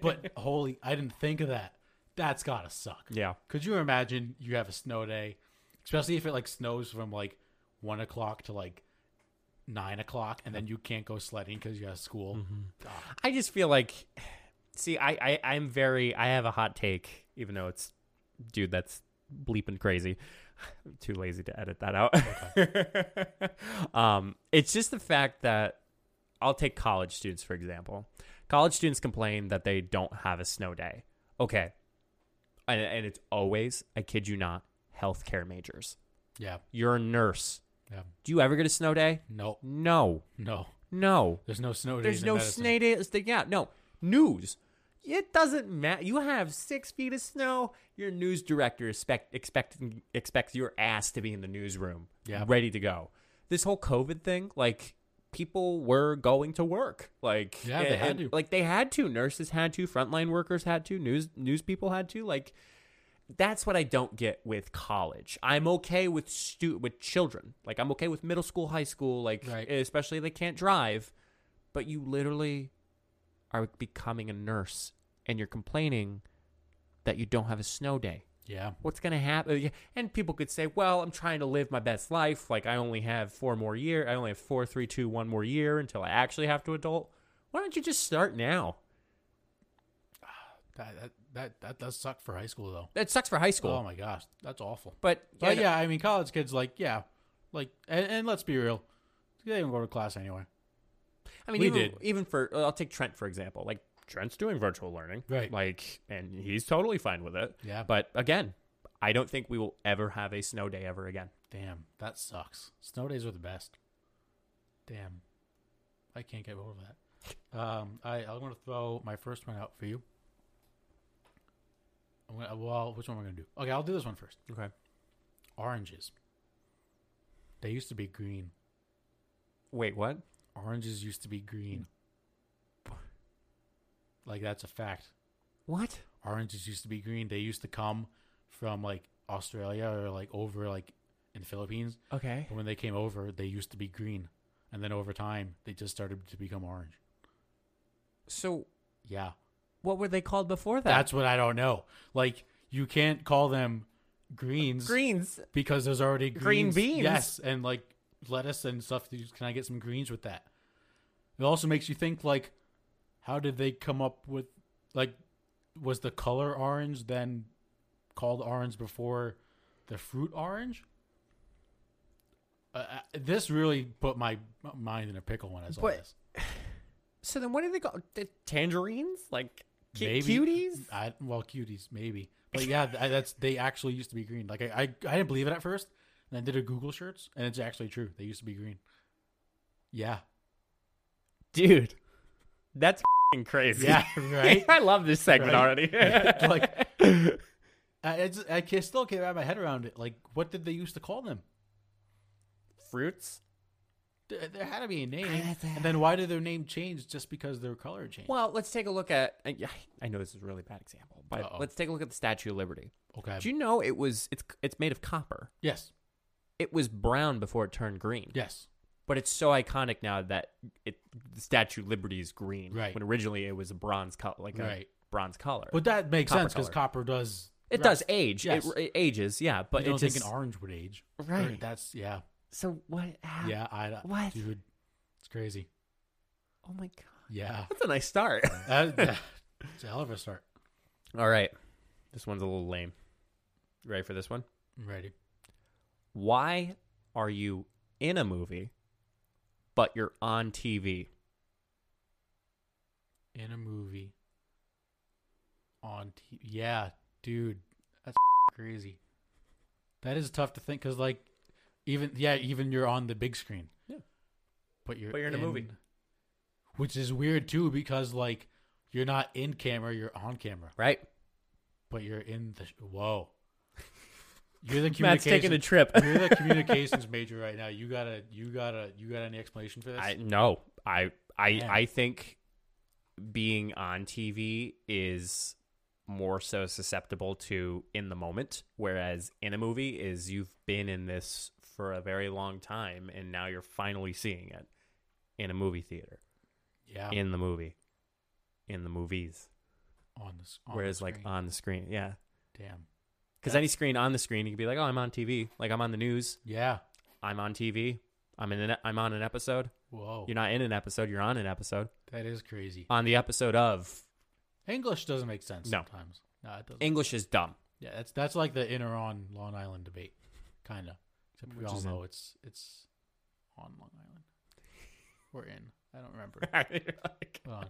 S2: but holy, I didn't think of that. That's gotta suck.
S1: yeah.
S2: Could you imagine you have a snow day, especially if it like snows from like one o'clock to like nine o'clock, and then you can't go sledding because you have school.
S1: I just feel like, see, I, I, I'm very, I have a hot take, even though it's, dude, that's bleeping crazy. I'm too lazy to edit that out. um, it's just the fact that I'll take college students, for example. College students complain that they don't have a snow day. Okay. And, and it's always, I kid you not, healthcare majors.
S2: Yeah,
S1: You're a nurse.
S2: yeah.
S1: Do you ever get a snow day?
S2: No,
S1: No.
S2: no.
S1: No.
S2: There's no snow days.
S1: There's
S2: in
S1: no
S2: medicine.
S1: snake days. th- Yeah, no news. It doesn't matter. You have six feet of snow. Your news director expect, expect expects your ass to be in the newsroom,
S2: Yeah.
S1: ready to go. This whole COVID thing, like people were going to work, like
S2: Yeah, they had
S1: and-
S2: to.
S1: like they had to. Nurses had to. Frontline workers had to. News news people had to. Like that's what I don't get with college. I'm okay with stu- with children. Like I'm okay with middle school, high school, like
S2: Right.
S1: especially if they can't drive, but you literally are becoming a nurse and you're complaining that you don't have a snow day.
S2: Yeah,
S1: What's going to happen? And people could say, "Well, I'm trying to live my best life. Like I only have four more year. I only have four, three, two, one more year until I actually have to adult. Why don't you just start now?"
S2: that that that, that does suck for high school though.
S1: That sucks for high school.
S2: Oh my gosh, that's awful.
S1: But,
S2: But yeah, I mean, college kids like yeah, like and, and let's be real, they don't go to class anyway.
S1: I mean,
S2: We
S1: even,
S2: did.
S1: even for I'll take Trent for example. Like Trent's doing virtual learning,
S2: Right.
S1: Like, and he's totally fine with it.
S2: Yeah.
S1: But again, I don't think we will ever have a snow day ever again.
S2: Damn, that sucks. Snow days are the best. Damn, I can't get over that. Um, I I'm gonna throw my first one out for you. I'm gonna, well, which one am I gonna do? Okay, I'll do this one first.
S1: Okay.
S2: Oranges. They used to be green.
S1: Wait, what?
S2: Oranges used to be green. Like that's a fact.
S1: What?
S2: Oranges used to be green. They used to come from like Australia or like over like in the Philippines.
S1: Okay.
S2: And when they came over, they used to be green, and then over time, they just started to become orange.
S1: So
S2: Yeah,
S1: what were they called before that?
S2: that's what I don't know. Like you can't call them greens
S1: greens.
S2: because there's already
S1: Green
S2: greens.
S1: beans.
S2: Yes, and like lettuce and stuff. You- Can I get some greens with that? It also makes you think like, how did they come up with like, was the color orange then called orange before the fruit orange? Uh, uh, this really put my mind in a pickle when I saw
S1: But-
S2: this.
S1: So then, what do they call the tangerines? Like cu-
S2: Maybe.
S1: cuties?
S2: I, well, cuties maybe, but yeah, th- I, that's they actually used to be green. Like I, I, I didn't believe it at first, and I did a Google search, and it's actually true. They used to be green. Yeah,
S1: dude that's fing crazy
S2: yeah, right.
S1: i love this segment
S2: Right?
S1: already
S2: Like-
S1: like
S2: I, I, just, I ca- still can't wrap my head around it. Like, what did they used to call them?
S1: fruits
S2: There, there had to be a name,
S1: that's-
S2: and then why did their name change just because their color changed?
S1: well let's take a look at I- i know this is a really bad example but
S2: Uh-oh.
S1: let's take a look at the statue of liberty
S2: Okay.
S1: do you know it was it's it's made of copper
S2: yes.
S1: it was brown before it turned green
S2: Yes.
S1: but it's so iconic now that it the statue of liberty is green
S2: Right.
S1: when originally it was a bronze color like a
S2: Right.
S1: bronze color
S2: But that makes
S1: Copper
S2: sense because
S1: color.
S2: copper does.
S1: it does age
S2: Yes.
S1: it, it ages yeah
S2: But
S1: but
S2: you
S1: it
S2: don't
S1: just
S2: think an orange would age,
S1: Right.
S2: That's yeah,
S1: so what happened?
S2: yeah. I
S1: What?
S2: dude? It's crazy.
S1: oh my god
S2: Yeah,
S1: that's a nice start
S2: That- that- it's a hell of a start.
S1: All right. This one's a little lame. You ready for this one?
S2: I'm ready.
S1: Why are you in a movie, but you're on TV?
S2: In a movie, on TV. Yeah, dude, that's crazy. That is tough to think because, like, even yeah, even you're on the big screen.
S1: Yeah.
S2: but you're
S1: But you're in a movie.
S2: which is weird too because like you're not in camera, you're on camera,
S1: Right?
S2: but you're in the sh- whoa. You're the
S1: Matt's taking a
S2: communications.
S1: trip.
S2: You're the communications major right now. You gotta, you gotta, you got any explanation for this?
S1: I no. I I
S2: Man.
S1: I think being on TV is more so susceptible to in the moment, whereas in a movie is you've been in this for a very long time and now you're finally seeing it in a movie theater.
S2: yeah,
S1: In the movie. In the movies.
S2: on this. On
S1: Whereas
S2: the
S1: like uh,
S2: screen.
S1: on the screen, yeah.
S2: damn,
S1: Because any screen on the screen, you could be like, "Oh, I'm on TV. Like I'm on the news.
S2: yeah,
S1: I'm on TV. I'm in. An, I'm on an episode.
S2: whoa,
S1: You're not in an episode. You're on an episode.
S2: that is crazy.
S1: On the episode of
S2: English doesn't make sense
S1: No.
S2: sometimes. No, it doesn't.
S1: English is dumb.
S2: yeah, that's that's like the in or on Long Island debate, kind of. Except we
S1: Which
S2: all
S1: is
S2: know it's it's on Long Island. We're in. I don't remember.
S1: you're, like,
S2: We're on.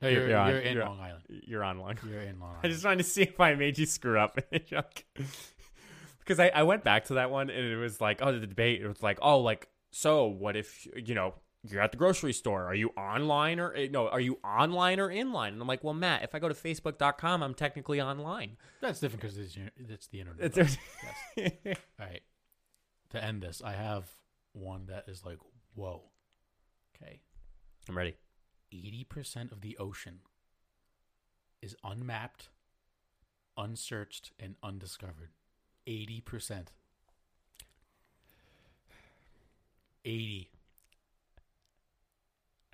S2: No,
S1: You're- you're
S2: you're, you're,
S1: on-
S2: in
S1: you're on.
S2: Long Island.
S1: you're on one.
S2: You're in Long Island.
S1: I just wanted to see if I made you screw up. Because I, I went back to that one and it was like, oh, the debate. It was like, oh, like, so what if, you know, you're at the grocery store. Are you online or, eh, no, are you online or in line? And I'm like, well, Matt, if I go to facebook.com, I'm technically online.
S2: That's different because it's, your- it's the internet.
S1: It's-
S2: All right. To end this, I have one that is like, whoa. Okay.
S1: I'm ready.
S2: 80% of the ocean is unmapped, unsearched, and undiscovered. 80%. 80.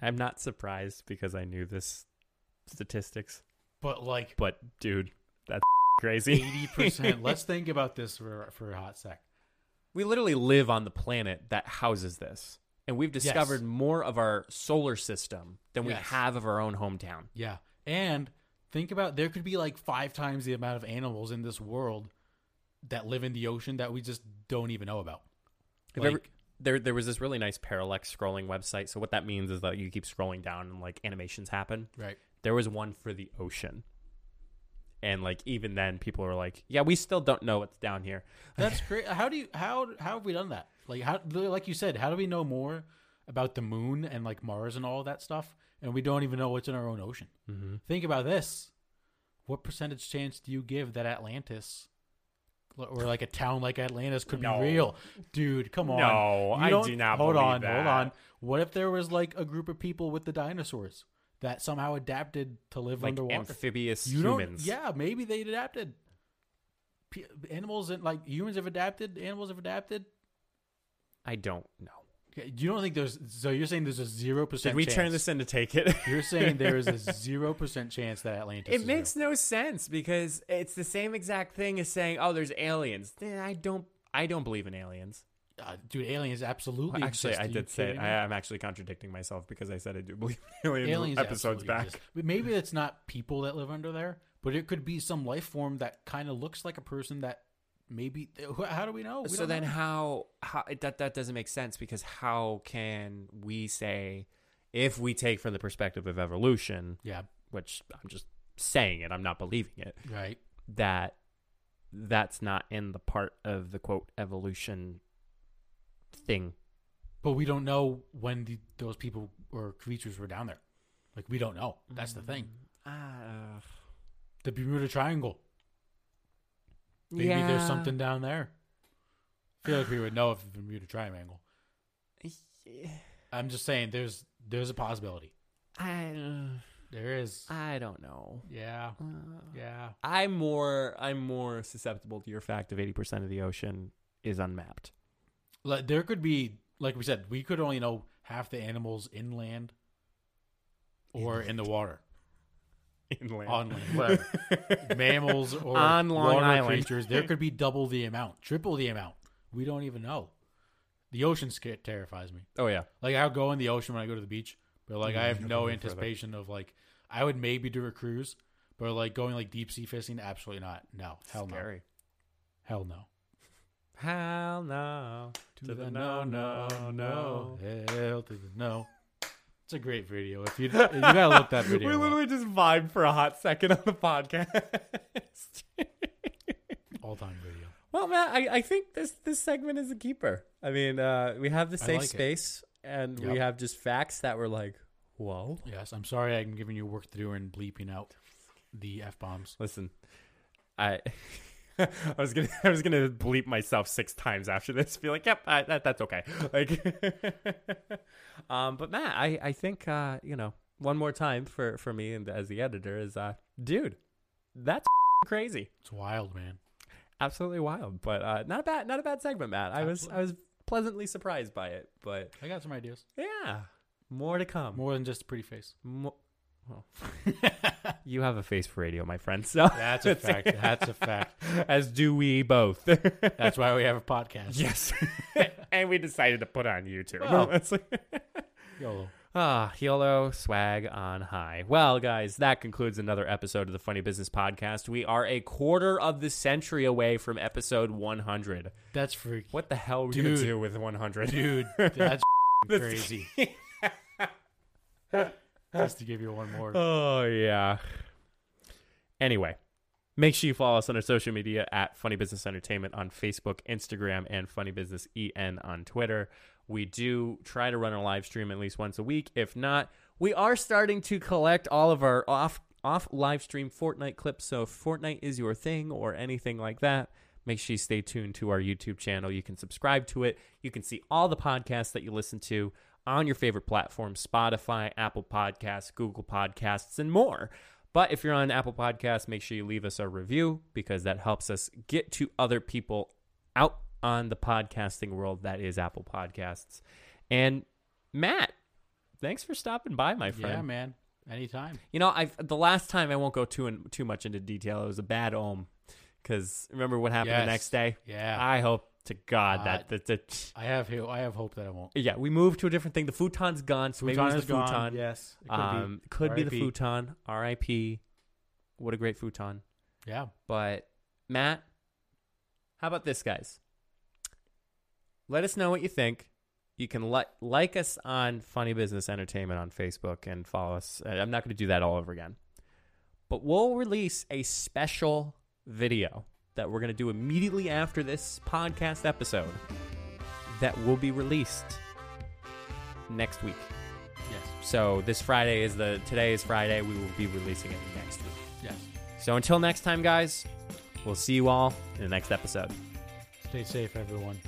S1: I'm not surprised because I knew this statistics,
S2: But like
S1: but dude, that's crazy.
S2: 80%. Let's think about this for, for a hot sec.
S1: We literally live on the planet that houses this. And we've discovered more of our solar system than we
S2: Yes.
S1: have of our own hometown.
S2: Yeah. And think about there could be like five times the amount of animals in this world that live in the ocean that we just don't even know about.
S1: Have
S2: Like,
S1: ever- there, there was this really nice parallax scrolling website. So what that means is that you keep scrolling down and like animations happen.
S2: right.
S1: There was one for the ocean, and like even then, people were like, "Yeah, we still don't know what's down here."
S2: That's great. How do you how how have we done that? Like how like you said, how do we know more about the moon and like Mars and all that stuff and we don't even know what's in our own ocean?
S1: Mm-hmm.
S2: Think about this. What percentage chance do you give that Atlantis or like a town like Atlantis could
S1: No.
S2: be real? Dude, come on.
S1: No,
S2: You
S1: I
S2: don't-
S1: do not
S2: Hold
S1: believe
S2: on,
S1: that.
S2: hold on. What if there was like a group of people with the dinosaurs that somehow adapted to live
S1: Like
S2: underwater?
S1: amphibious
S2: you
S1: humans.
S2: Don't, yeah, maybe they adapted. P- animals and like humans have adapted. Animals have adapted.
S1: I don't know.
S2: Okay, You don't think there's so you're saying there's a zero percent.
S1: Did we turn this into take it?
S2: You're saying there is a zero percent chance that Atlantis.
S1: It
S2: is
S1: makes
S2: real.
S1: no sense because it's the same exact thing as saying, "Oh, there's aliens." Then I don't. I don't believe in aliens.
S2: Uh, dude aliens absolutely.
S1: Well, actually,
S2: exist. Are
S1: I
S2: you
S1: did say it.
S2: kidding me?
S1: I, I'm actually contradicting myself because I said I do believe in aliens,
S2: aliens
S1: episodes
S2: absolutely
S1: back.
S2: exist. But maybe it's not people that live under there, but it could be some life form that kind of looks like a person that maybe how do we know? We
S1: so
S2: don't
S1: then
S2: know.
S1: how how that that doesn't make sense because how can we say if we take from the perspective of evolution,
S2: yeah,
S1: which I'm just saying it, I'm not believing it,
S2: right.
S1: that that's not in the part of the quote evolution thing.
S2: But we don't know when the, those people or creatures were down there. Like we don't know. That's the thing.
S1: Uh,
S2: The Bermuda Triangle. Maybe there's something down there. I feel like we would know if the Bermuda Triangle. I'm just saying, there's there's a possibility.
S1: I uh,
S2: There is.
S1: I don't know.
S2: Yeah, yeah.
S1: I'm more I'm more susceptible to your fact of 80% of the ocean is unmapped.
S2: Like, there could be, like we said, we could only know half the animals inland or in the water,
S1: Inland.
S2: on land, whatever. Mammals or
S1: On Long
S2: water
S1: Island.
S2: creatures. There could be double the amount, triple the amount. We don't even know. The ocean scare terrifies me.
S1: oh yeah.
S2: Like I'll go in the ocean when I go to the beach, but like I have
S1: you
S2: no
S1: go further.
S2: anticipation of like I would maybe do a cruise, but like going like deep sea fishing, absolutely not. No, hell no,
S1: Scary.
S2: hell no.
S1: Hell no. To the no, no, no.
S2: hell to the no. It's a great video. If you you gotta look that video.
S1: we
S2: up.
S1: literally just vibed for a hot second on the podcast.
S2: All time video.
S1: well, Matt, I, I think this this segment is a keeper. I mean, uh, we have the
S2: I
S1: safe
S2: like it.
S1: space, and
S2: Yep.
S1: we have just facts that were like, whoa.
S2: Yes, I'm sorry I'm giving you work to do and bleeping out the f bombs.
S1: Listen, I. I was gonna, I was gonna bleep myself six times after this. Be like, yep, I, that, that's okay. Like, um, but Matt, I, I think, uh, you know, one more time for, for me and as the editor is, uh, dude, that's crazy,
S2: It's wild, man.
S1: absolutely wild, but uh, not a bad, not a bad segment, Matt. I was, I was pleasantly surprised by it, but
S2: I got some ideas.
S1: yeah, more to come.
S2: More than just a pretty face.
S1: Mo- well, you have a face for radio, my friend. So
S2: That's a fact. That's a fact.
S1: as do we both.
S2: That's why we have a podcast.
S1: yes. and we decided to put on YouTube.
S2: Well.
S1: It's like-
S2: YOLO.
S1: ah, YOLO swag on high. Well, guys, that concludes another episode of the Funny Business Podcast. We are a quarter of the century away from episode 100.
S2: That's freaky.
S1: What the hell are we going to
S2: Dude.
S1: do with 100?
S2: Dude, that's crazy. Just to give you one more.
S1: Oh yeah. Anyway, make sure you follow us on our social media at Funny Business Entertainment on Facebook, Instagram, and Funny Business EN on Twitter. We do try to run a live stream at least once a week. If not, we are starting to collect all of our off off live stream Fortnite clips. So if Fortnite is your thing or anything like that, make sure you stay tuned to our YouTube channel. You can subscribe to it. You can see all the podcasts that you listen to on your favorite platform Spotify, Apple Podcasts, Google Podcasts, and more. But if you're on Apple Podcasts, make sure you leave us a review because that helps us get to other people out on the podcasting world that is Apple Podcasts. And Matt, thanks for stopping by, my friend.
S2: Yeah, man. Anytime.
S1: You know, I the last time I won't go too in, too much into detail. It was a bad ohm because remember what happened
S2: Yes.
S1: the next day. Ah.
S2: Yeah.
S1: I hope to God
S2: Uh,
S1: that that that.
S2: I have ho- I have hope that I won't.
S1: Yeah, we moved to a different thing. The futon's gone, so maybe it was the
S2: gone.
S1: futon.
S2: Yes. It could
S1: um, could be the
S2: R.I.P..
S1: futon. R.I.P. What a great futon.
S2: be. Yeah.
S1: But Matt, how about this, guys? Let us know what you think. You can li- like us on Funny Business Entertainment on Facebook and follow us. Uh, I'm not going to do that all over again, but we'll release a special video that we're going to do immediately after this podcast episode that will be released next week.
S2: Yes.
S1: So this Friday is the today is Friday. We will be releasing it next week.
S2: Yes.
S1: So until next time, guys, we'll see you all in the next episode.
S2: Stay safe, everyone.